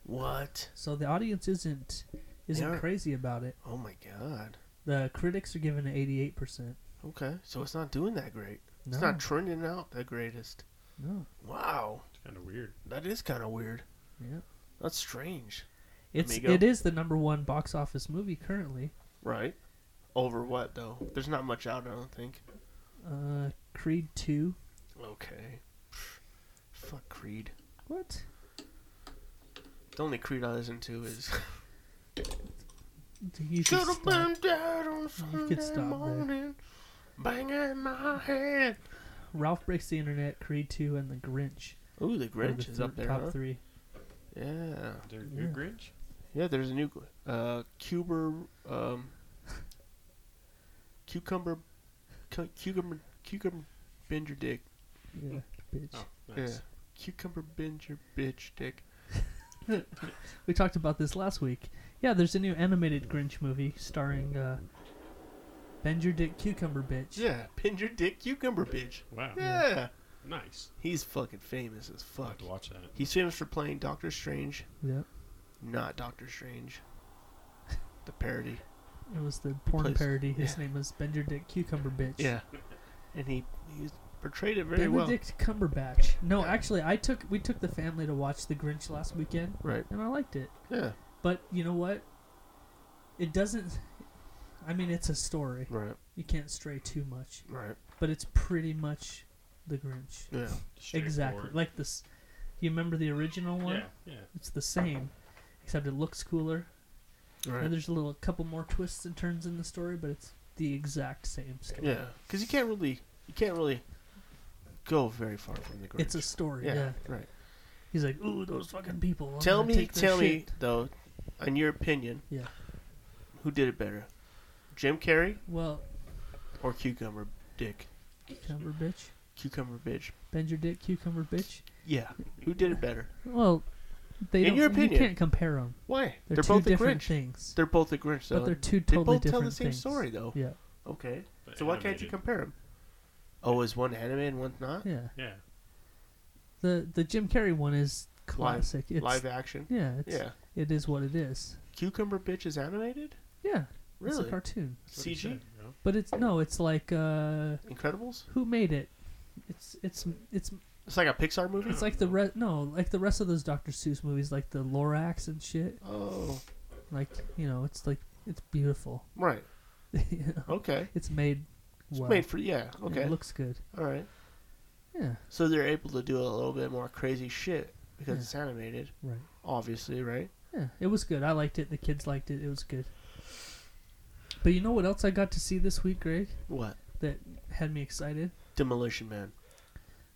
What? So the audience isn't isn't aren't- crazy about it. Oh my god. The critics are giving it 88%. Okay. So it's not doing that great. No. It's not trending out the greatest. no. Wow. It's kind of weird. That is kind of weird. Yeah. That's strange. It's Amigo? it is the number 1 box office movie currently. Right. Over what though? There's not much out. I don't think. Uh Creed 2. Okay. Fuck Creed. What? The only Creed I listen to is. (laughs) You should Should've stop. dead on could stop there. banging my head. Ralph breaks the internet, Creed 2 and The Grinch. Ooh, the are the Grinch is up th- there, Top huh? 3. Yeah, Is there a new Yeah. Grinch? yeah. There's a new uh, cuber, um, cucumber, cu- cucumber, cucumber, bend your dick. Yeah. Bitch. Oh, Yeah, nice. cucumber, bend your bitch dick. We talked about this last week. Yeah, there's a new animated Grinch movie starring uh, Bend Your Dick Cucumber Bitch. Yeah, bend your dick, cucumber, bitch. Wow. Yeah, Nice. he's fucking famous as I'll have fuck. to watch that. He's famous for playing Doctor Strange Yep. not Doctor Strange. The (laughs) parody. It was the porn plays- parody. His name was Bend Your Dick Cucumber Bitch. And he, he portrayed it very well. Benedict Cumberbatch. No, actually, I took we took the family to watch The Grinch last weekend, Right. and I liked it. Yeah. But you know what? It doesn't. I mean, it's a story. Right. You can't stray too much, Right. but it's pretty much The Grinch. Yeah. Exactly. Straightforward. Like this. You remember the original one? yeah, yeah. It's the same, except it looks cooler. And Right. there's a little couple more twists and turns in the story, but it's the exact same story. Yeah. Because you can't really, you can't really go very far from the Grinch. It's a story, yeah. yeah, Right. He's like, ooh, those fucking people. I'm tell gonna me, take their tell me shit." though, in your opinion, Yeah. who did it better, Jim Carrey Well, or Cucumber Dick? cucumber bitch, Cucumber bitch. bend your dick, cucumber bitch. Yeah. Who did it better? Well, they In don't, your you opinion. can't compare them. Why? They're, They're two both the different Grinch. things. They're both the Grinch. Though. but they're two they totally both tell different the same things. story though. Yeah, Okay. But So why can't you animated. compare them? Oh, is one anime and one's not? yeah. Yeah. The the Jim Carrey one is classic. it's Live action. yeah, it's, yeah. it is what it is. Cucumber Bitch is animated? Yeah, it's Really? a cartoon, That's what he CG? said, you know? but it's no, it's like uh, Incredibles? who made it? It's it's it's It's like a Pixar movie? it's like the re- no like the rest of those Dr. Seuss movies, like the Lorax and shit. Oh. Like you know, it's like it's beautiful. (laughs) Right. You know? Okay. It's made It's well. made for yeah, and okay. It looks good. All right. Yeah. So they're able to do a little bit more crazy shit because Yeah. it's animated, Right. obviously, right? Yeah. It was good. I liked it. The kids liked it. It was good. But you know what else I got to see this week, Greg? What? That had me excited. Demolition Man.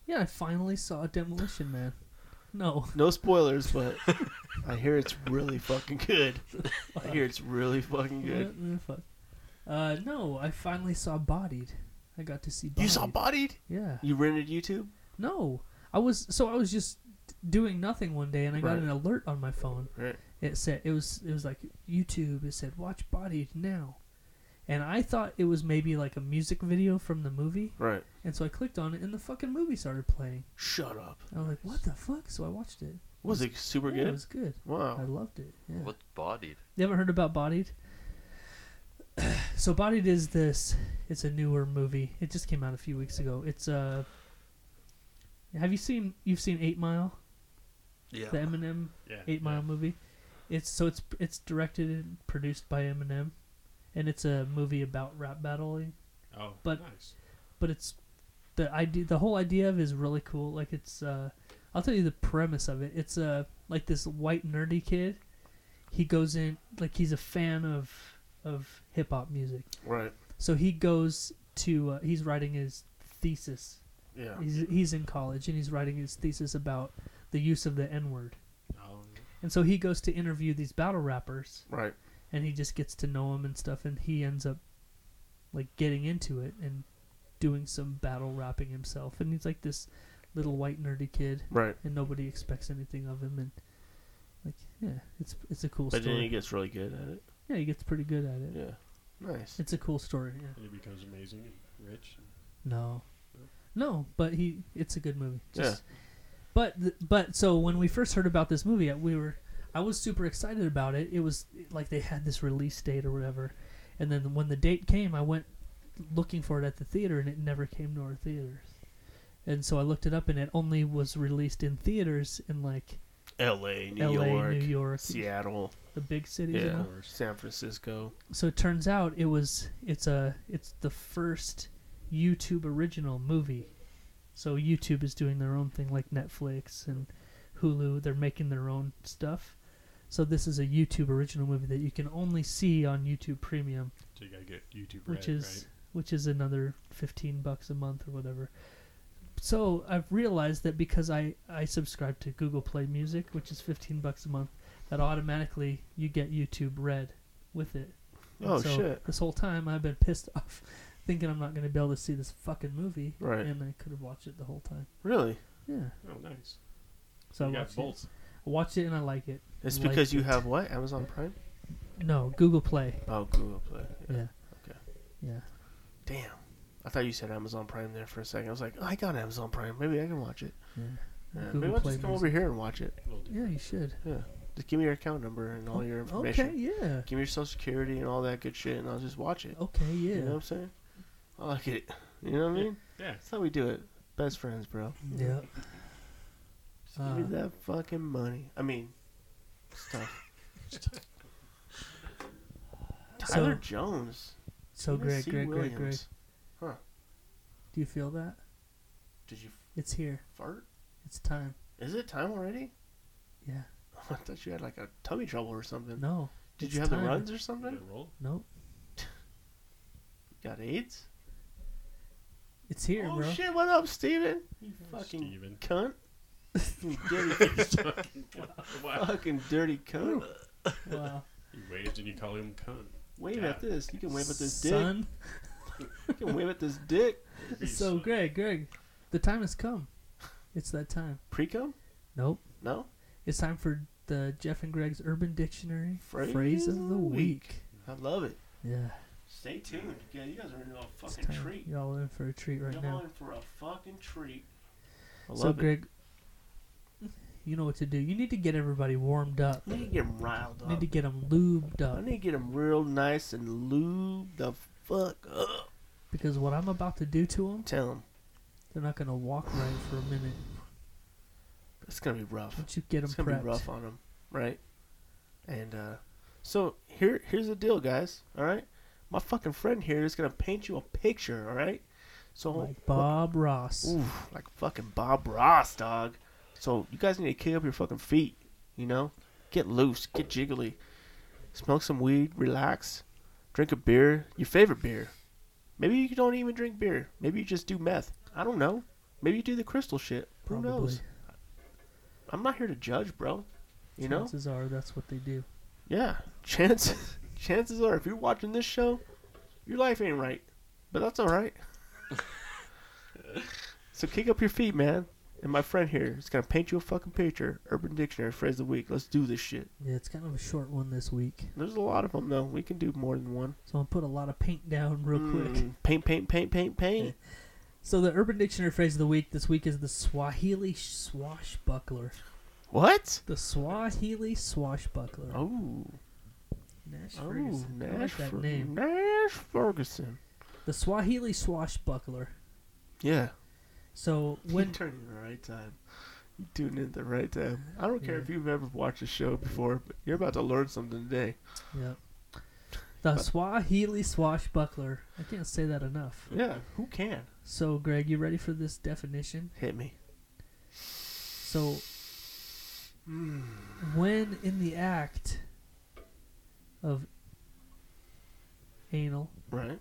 Yeah, I finally saw Demolition Man. No. No spoilers, (laughs) but I hear it's really fucking good. I hear it's really fucking good. What the fuck? Uh, no, I finally saw Bodied. I got to see Bodied. You saw Bodied? Yeah. You rented YouTube? No, I was so I was just doing nothing one day, and I got Right. an alert on my phone. Right. It said it was it was like YouTube. It said watch Bodied now, and I thought it was maybe like a music video from the movie, Right. and so I clicked on it, and the fucking movie started playing. Shut up. And I was like, what the fuck? So I watched it. Was it super Yeah, it good? was good. I Wow. loved it. Yeah. What's bodied? You haven't heard about Bodied? (clears throat) so Bodied is this. It's a newer movie. It just came out a few weeks ago. It's uh. Have you seen? You've seen Eight Mile, Yeah. the Eminem Yeah. Eight Mile movie. It's so it's it's directed and produced by Eminem, and it's a movie about rap battling. Oh, But- nice. But it's the idea. The whole idea of it is really cool. Like it's uh, I'll tell you the premise of it. It's uh like this white nerdy kid. He goes in like he's a fan of of hip hop music. Right. So he goes to uh, he's writing his thesis. Yeah. He's he's in college and he's writing his thesis about the use of the N word. Oh, And so he goes to interview these battle rappers Right. and he just gets to know them and stuff and he ends up like getting into it and doing some battle rapping himself and he's like this little white nerdy kid Right. and nobody expects anything of him and like yeah it's it's a cool But then he story gets really good at it. yeah he gets pretty good at it Yeah. Nice. it's a cool story yeah and he becomes amazing and rich. No, no, but he. It's a good movie. Yeah. Just, But th- but so when we first heard about this movie, uh, we were I was super excited about it. It was like they had this release date or whatever, and then when the date came, I went looking for it at the theater, and it never came to our theaters. And so I looked it up, and it only was released in theaters in like L.A., New L.A., York, New York, Seattle, the big cities. You yeah, know? San Francisco. so it turns out it was it's a it's the first YouTube original movie. So YouTube is doing their own thing like Netflix and Hulu, they're making their own stuff. So this is a YouTube original movie that you can only see on YouTube Premium, So you gotta get YouTube which Red, is which is another 15 bucks a month or whatever. So I've realized that because I I subscribe to Google Play Music, which is 15 bucks a month, that automatically you get YouTube Red with it. And Oh so shit! This whole time I've been (laughs) pissed off, thinking I'm not going to be able to see this fucking movie, Right. and I could have watched it the whole time. Really? Yeah. right? Oh, nice. So you I got watched it. both. I watched it and I like it. It's Like because you it. have what? Amazon Prime? No, Google Play. Oh, Google Play. Yeah. Okay. Yeah. Damn. I thought you said Amazon Prime there for a second. I was like, oh, I got Amazon Prime. Maybe I can watch it. Yeah. Yeah, Google maybe I'll Play just come over here and watch it. We'll do- Yeah, you should. Just give me your account number and all your information. Oh, Okay. Yeah. Give me your social security and all that good shit, and I'll just watch it. Okay. Oh, Yeah. You know what I'm saying? I like it. You know what I mean? Yeah. That's how we do it. Best friends, bro. Yeah. Just give Uh. me that fucking money. I mean, stuff. So- Tyler Jones. So Greg, C. Greg, Greg, Greg. Williams. Do you feel that? Did you It's here. fart? It's time. Is it time already? Yeah. (laughs) I thought you had like a tummy trouble or something. No. Did it's you have time. the runs or You something? gotta roll. Nope. Got AIDS? It's here, oh bro. shit! What up, Steven? You fucking Steven. cunt. (laughs) You dirty, (laughs) wow. fucking dirty cunt. Wow. You waved and you called him cunt. Wave Yeah. at this. You can wave at this dick. Son. You can wave at this dick. He's So so- Greg, Greg, the time has come. It's that time. Pre cum? Nope. No. It's time for the Jeff and Greg's Urban Dictionary Phrase phrase, of the week. I love it. Yeah, Stay tuned. Yeah, you guys are in for a it's fucking time. treat. Y'all in for a treat right You're now. in for a fucking treat. I love So it. Greg, you know what to do. You need to get everybody warmed up. I need to get him riled need up. to get them lubed I up need to get him real nice and lube the fuck up. because what I'm about to do to them, Tell him they're not gonna walk right for a minute. it's gonna be rough. Once you get them it's gonna prepped, be rough on them, right? And uh, so here, here's the deal, guys. All right, my fucking friend here is gonna paint you a picture. All right, so like Bob Ross. Oof, like fucking Bob Ross, dog. So you guys need to kick up your fucking feet. You know, get loose, get jiggly, smoke some weed, relax, drink a beer, your favorite beer. Maybe you don't even drink beer. Maybe you just do meth. I don't know. Maybe you do the crystal shit. probably. Who knows? I'm not here to judge, bro. You know? Chances are that's what they do. Yeah. Chances (laughs) chances are if you're watching this show, your life ain't right. But that's alright. so kick up your feet, man. And my friend here is gonna paint you a fucking picture. Urban Dictionary phrase of the week. Let's do this shit. Yeah, it's kind of a short one this week, There's a lot of them though. We can do more than one. so I'll put a lot of paint down real quick. Mm, Paint, paint, paint, paint, paint. So the Urban Dictionary phrase of the week this week is the Swahili swashbuckler. What? The Swahili Swashbuckler. Oh, Nash oh, Ferguson. I like Nash, that Fer- hmm. name. Nash Ferguson. The Swahili Swashbuckler. Yeah. So When when turning the right time. You tune in at the right time. I don't care if you've ever watched a show before, but you're about to learn something today. yeah. Uh, The Swahili Swashbuckler. I can't say that enough. Yeah, who can? So Greg, you ready for this definition? Hit me. So, when in the act of anal Right.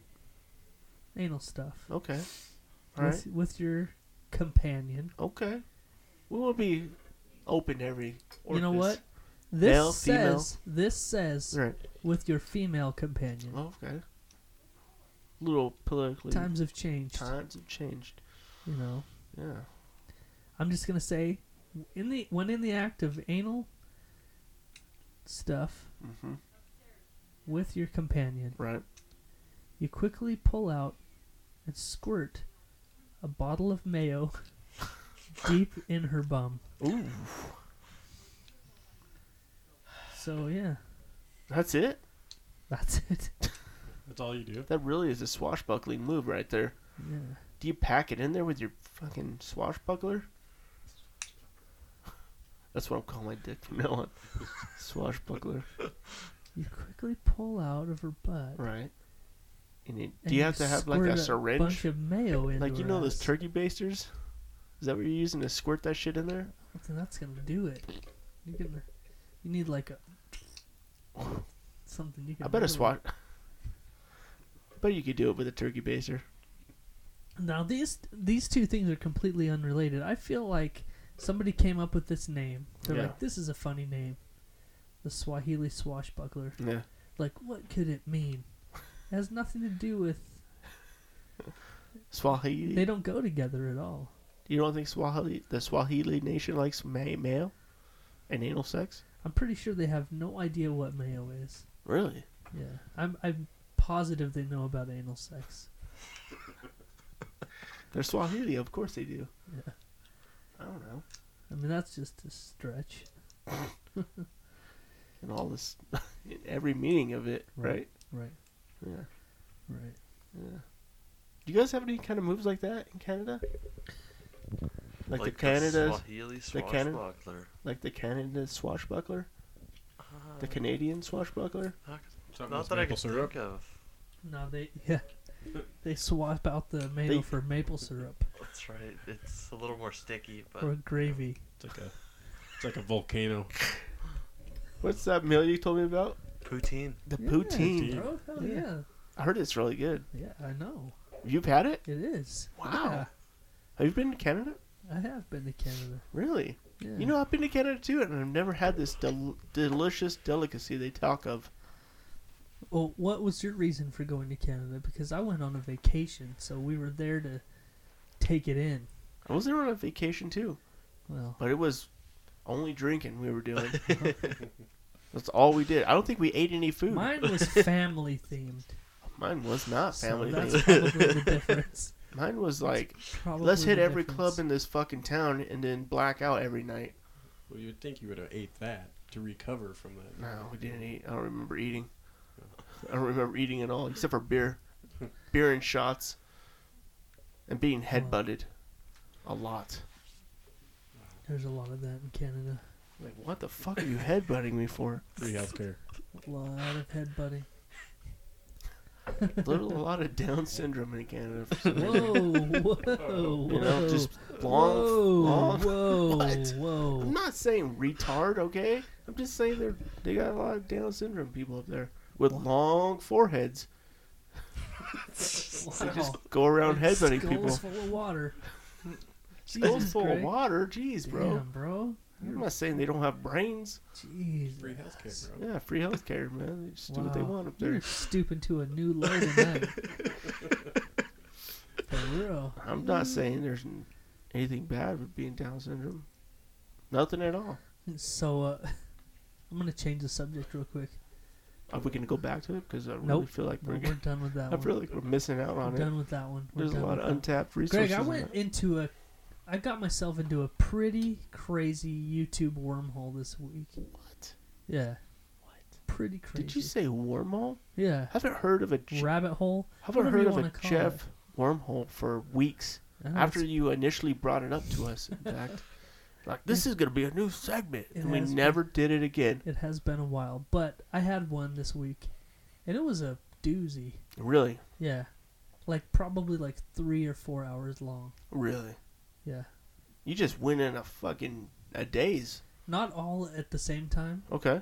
anal stuff Okay. All right. with, with your companion, Okay. We will be open to every. you know orifice. what? This Male, female. says this says Right. with your female companion. Oh, okay. Little politically. Times have changed. times have changed. You know, Yeah. I'm just gonna say, in the when in the act of anal stuff Mhm. with your companion. Right. You quickly pull out and squirt a bottle of mayo (laughs) deep in her bum. Ooh. So yeah, That's it. that's it. That's all you do. That really is a swashbuckling move right there. Yeah. Do you pack it in there with your fucking swashbuckler? That's what I'm calling my dick from (laughs) now on. swashbuckler. You quickly pull out of her butt. Right. And it, and do you have to have like squirt a bunch syringe? of mayo in Like you know those turkey basters? Is that what you're using to squirt that shit in there? that's gonna do it. You can. You need like a something you can. I bet a really- (laughs) swat. bet you could do it with a turkey baster. Now these these two things are completely unrelated. I feel like somebody came up with this name. They're Yeah. like, this is a funny name, the Swahili swashbuckler. Yeah. Like, what could it mean? It has nothing to do with. Swahili. They don't go together at all. you don't think Swahili, the Swahili nation likes ma- male and anal sex? I'm pretty sure they have no idea what mayo is. Really? Yeah, I'm I'm positive they know about anal sex. They're Swahili, of course they do. Yeah. I don't know. I mean, that's just a stretch. And all this, (laughs) in every meaning of it, right? Right. Right. Yeah. Right. Yeah. Do you guys have any kind of moves like that in Canada? Like, the Canada, Swahili Canada- swashbuckler. like the Canada swashbuckler, the Canadian swashbuckler. Something Not with that I maple can syrup. think of. No, they (laughs) yeah, they swap out the mayo They- for maple syrup That's right. It's a little more sticky, but or gravy. It's like a, it's like a volcano. What's that meal you told me about? poutine. The Yeah, poutine. bro. Oh, Hell Yeah. yeah. I heard it's really good. yeah. I know. You've had it? It is. Wow. Have you been to Canada? Yeah, I have been to Canada. Really? Yeah. You know, I've been to Canada too, and I've never had this del- delicious delicacy they talk of. Well, what was your reason for going to Canada? Because I went on a vacation, so we were there to take it in. I was there on a vacation too, Well, but it was only drinking we were doing. (laughs) That's all we did. I don't think we ate any food. Mine, mine (laughs) was family themed. was not family. so that's (laughs) based. probably (laughs) the difference. Mine was like, Probably let's hit the every difference. club in this fucking town and then black out every night. Well, you'd think you would have ate that to recover from that. No, we didn't eat. I don't remember eating. I don't remember eating at all except for beer, beer and shots, and being headbutted, a lot. There's a lot of that in Canada. Like, what the fuck are you headbutting me for? Free healthcare. A lot of (laughs) headbutting. Little, a lot of Down syndrome in Canada. For some reason. Whoa, whoa, whoa. You know, just long, whoa, long. (laughs) whoa, What? whoa. I'm not saying retard, okay? I'm just saying they're they got a lot of Down syndrome people up there with long foreheads. Wow. Go around headbutting Skull's people. full of water. Skulls full of Greg. water. Jeez, bro. Damn, bro. I'm not saying they don't have brains. Jesus. Free healthcare, bro. Yeah, free healthcare, man. They just do what they Wow. want up You're there. stooping to a new low (laughs) tonight. For real. I'm not Mm. saying there's n- anything bad with being Down syndrome. Nothing at all. So, uh, I'm gonna change the subject real quick. Are we gonna go back to it? Because I really Nope. feel like No, we're we're done with that (laughs) I one. feel like we're missing out We're on it. done with that one. We're There's a done lot with of that. untapped resources. Greg, I in went that. into a I got myself into a pretty crazy YouTube wormhole this week. What? Yeah. What? Pretty crazy. Did you say wormhole? Yeah. Haven't heard of a Je- Rabbit hole. haven't whatever heard you of wanna a call it. Jeff wormhole for weeks. I know, After it's- you initially brought it up to us, in fact, (laughs) like this is gonna be a new segment, It and we has been. never did it again. it has been a while, but I had one this week, and it was a doozy. Really, Yeah, like probably like three or four hours long. really, Yeah, you just went in a fucking a daze. not all at the same time, Okay,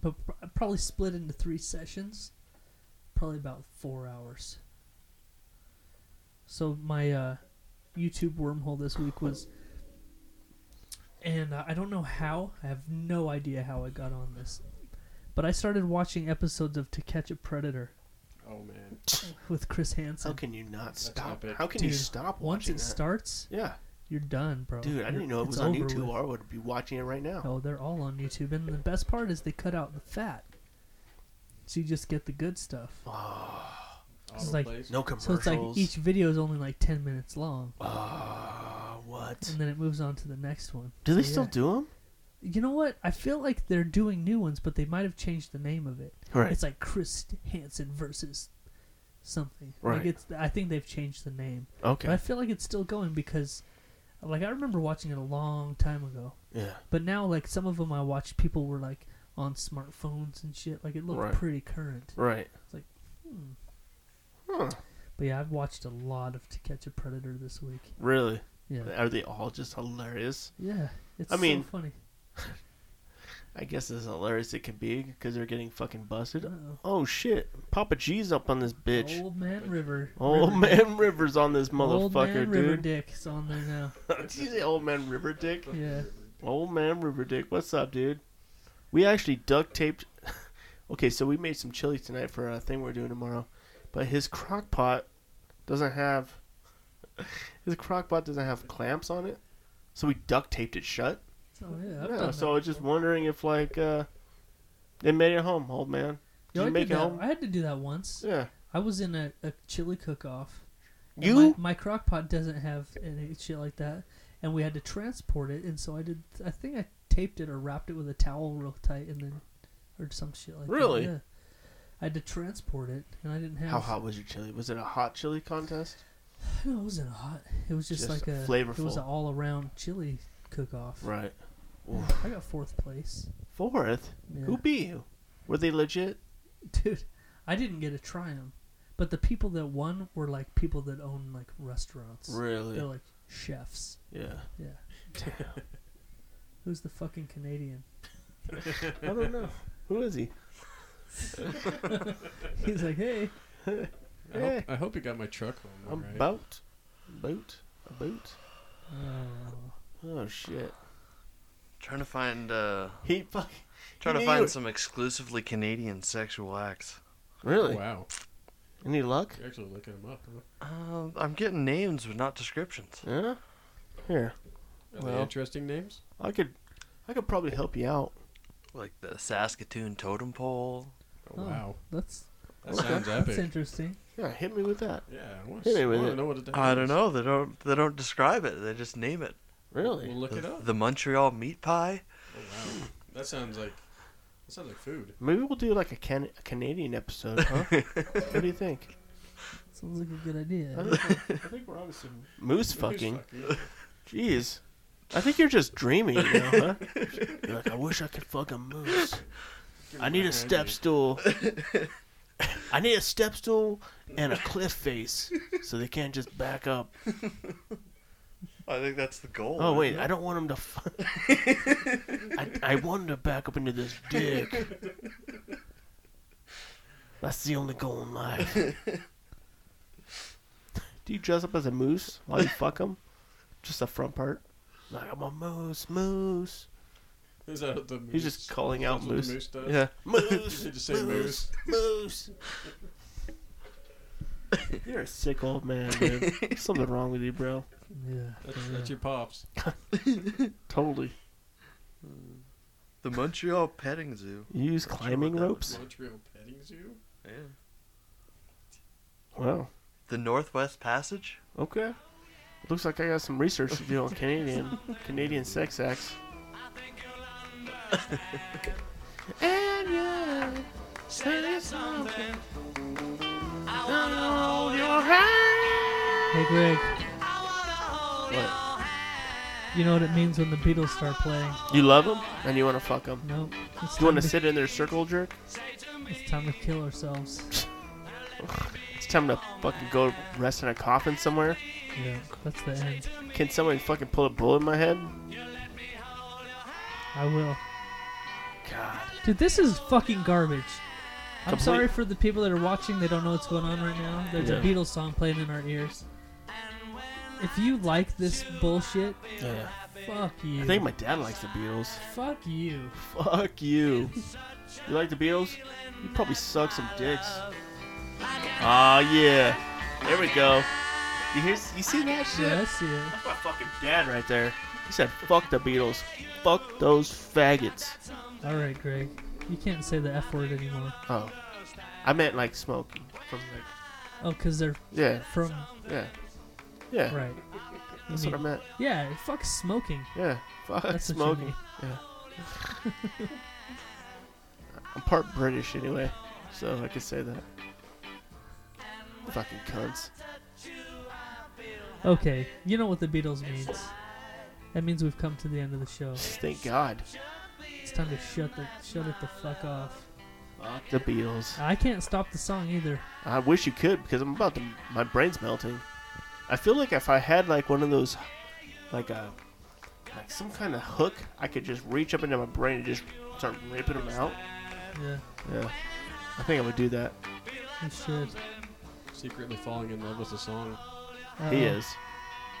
but pr- probably split into three sessions, probably about four hours. So my uh, YouTube wormhole this week was, and uh, I don't know how. I have no idea how I got on this, but I started watching episodes of To Catch a Predator Oh man, with Chris Hansen. how can you not stop? epic. How can you Dude, stop Once watching it that? starts, yeah, you're done, bro. dude, I You're- didn't know it it's was on over YouTube, with. or I would be watching it right now. Oh, they're all on YouTube, and the best part is they cut out the fat, so you just get the good stuff. auto like- plays. No So Oh, commercials. it's like each video is only like ten minutes long, Ah, what? and then it moves on to the next one. Do they Mm-hmm. So, still yeah. do them? You know what? I feel like they're doing new ones, but they might have changed the name of it. Right. It's like Chris Hansen versus something. Right. Like it's. I think they've changed the name, but I Okay. feel like it's still going because, like, I remember watching it a long time ago. Yeah. But now, like some of them I watched, people were like on smartphones and shit. Like it looked Right. pretty current. Right. But yeah, I've watched a lot of To Catch a Predator this week. Really? Yeah, Are they all just hilarious? yeah, it's I mean- so funny. I guess as hilarious it can be because they're getting fucking busted. Uh-oh. Oh shit! Papa G's up on this bitch. Old Man River. Old River Dick. man Rivers on this Old Man motherfucker, River dude. Dick's on there now. (laughs) Did you say old man River Dick? Yeah, Old man River Dick, what's up, dude? We actually duct taped. (laughs) okay, so we made some chili tonight for a thing we're doing tomorrow, but his crock pot doesn't have. (laughs) His crock pot doesn't have clamps on it, so we duct taped it shut. oh yeah, I've Yeah, done so that. I was just wondering if like uh, they made it home, old man. Did Yo, I you did make it that. home? I had to do that once. Yeah. I was in a, a chili cook-off. and You? My, my crock pot doesn't have any shit like that, and we had to transport it, and so I did. I think I taped it or wrapped it with a towel real tight, and then or some shit like Really? that. Yeah. I had to transport it, and I didn't have. How hot was your chili? Was it a hot chili contest? No, it wasn't hot. It was just, Just like a It was flavorful. an all-around chili cook-off. Right. I got fourth place, Fourth. Yeah. Who beat you? Were they legit? (laughs) dude. I didn't get to try them, but the people that won were like people that own like restaurants. Really? They're like chefs. Yeah. Yeah. Who's the fucking Canadian? (laughs) I don't know. (laughs) Who is he? He's like, hey, I, hope, I hope you got my truck home. A alright. boat. Boat. A boat. oh, Oh shit. Trying to find uh, He fuck. trying to knew find it. some exclusively Canadian sexual acts. (laughs) Really? Oh, Wow, Any luck? you're actually looking them up. Huh? Um, I'm getting names, but not descriptions. Yeah. Here. Are they Well. interesting names. I could. I could probably help you out. Like the Saskatoon totem pole. Oh, Oh. wow, that's that Okay. sounds that's epic. interesting. Yeah. Hit me with that. Yeah, I want Hit me with to it. know what it is. I don't know. They don't. They don't describe it. They just name it. We'll Really? look it The, up. the Montreal meat pie. Oh wow, that sounds like that sounds like food. Maybe we'll do like a, can- a Canadian episode, huh? what do you think? Sounds like a good I idea. think, we're- I think we're on some moose fucking. Who's Jeez. I think you're just dreaming, you know, (laughs) huh? You're like, I wish I could fuck a moose. I need a step stool. (laughs) I need a step stool and a cliff face so they can't just back up. I think that's the goal. Oh, wait, I don't want them to. (laughs) F- I, I want 'em to back up into this (laughs) dick. That's the only goal in life. (laughs) Do you dress up as a moose while you fuck them? Just the front part? Like, I'm a moose, moose. that the He's moose- just calling out that's what the moose. moose does? Yeah, (laughs) moose. You just say moose. Moose. (laughs) You're a sick old man, dude. Something wrong with you, bro. yeah. That's, that's your pops. Totally. The Montreal petting zoo. You use climbing that ropes? Montreal petting zoo. Yeah. Wow. The Northwest Passage. Okay. Looks like I got some research to do on Canadian Canadian sex acts. and yeah, say there's something. I wanna hold your hand. Hey Greg, What? you know what it means when the Beatles start playing? You love them and you wanna fuck them. Nope. It's You wanna time to- sit in their circle jerk? It's time to kill ourselves. It's time to fucking go rest in a coffin somewhere. Yeah, that's the end. Can somebody fucking pull a bullet in my head? I will. God. Dude, this is fucking garbage. I'm Complete- sorry for the people that are watching. They don't know what's going on right now. There's Yeah. a Beatles song playing in our ears. If you like this bullshit, Yeah. fuck you. I think my dad likes the Beatles. fuck you. Fuck you. You like the Beatles? You probably suck some dicks. Aw, yeah. There we go. You hear? You see that shit? Yeah, I see it. That's my fucking dad right there. He said, "Fuck the Beatles. Fuck those faggots." All right, Greg. You can't say the F word anymore. Oh, I meant like smoking. From like, Oh, because they're yeah, from. yeah, yeah. Right. You That's what I mean- meant. Yeah, fuck (laughs) smoking. Yeah. Fuck That's what you smoking. mean. Yeah. I'm part British anyway, so I could say that. Fucking cunts. Okay, you know what the Beatles means. That means we've come to the end of the show. Thank God. It's time to shut the shut it the fuck off. Fuck the Beatles. I can't stop the song either. I wish you could because I'm about to. My brain's melting. I feel like if I had like one of those, like a, like some kind of hook, I could just reach up into my brain and just start ripping them out. Yeah, Yeah, I think I would do that. you should. Secretly falling in love with the song. Uh-oh. He is.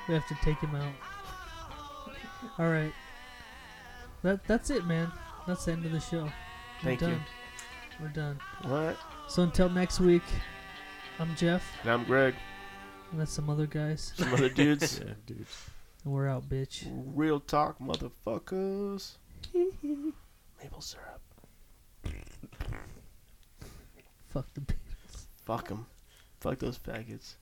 We have to take him out. All right. That that's it, man. That's the end of the show. We're Thank you. done. We're done. What? So until next week, I'm Jeff, And I'm Greg. and that's some other guys, Some (laughs) other dudes. Yeah, dudes. and we're out, bitch. Real talk, (laughs) motherfuckers. Maple syrup. Fuck the Beatles. Fuck them. Fuck those faggots.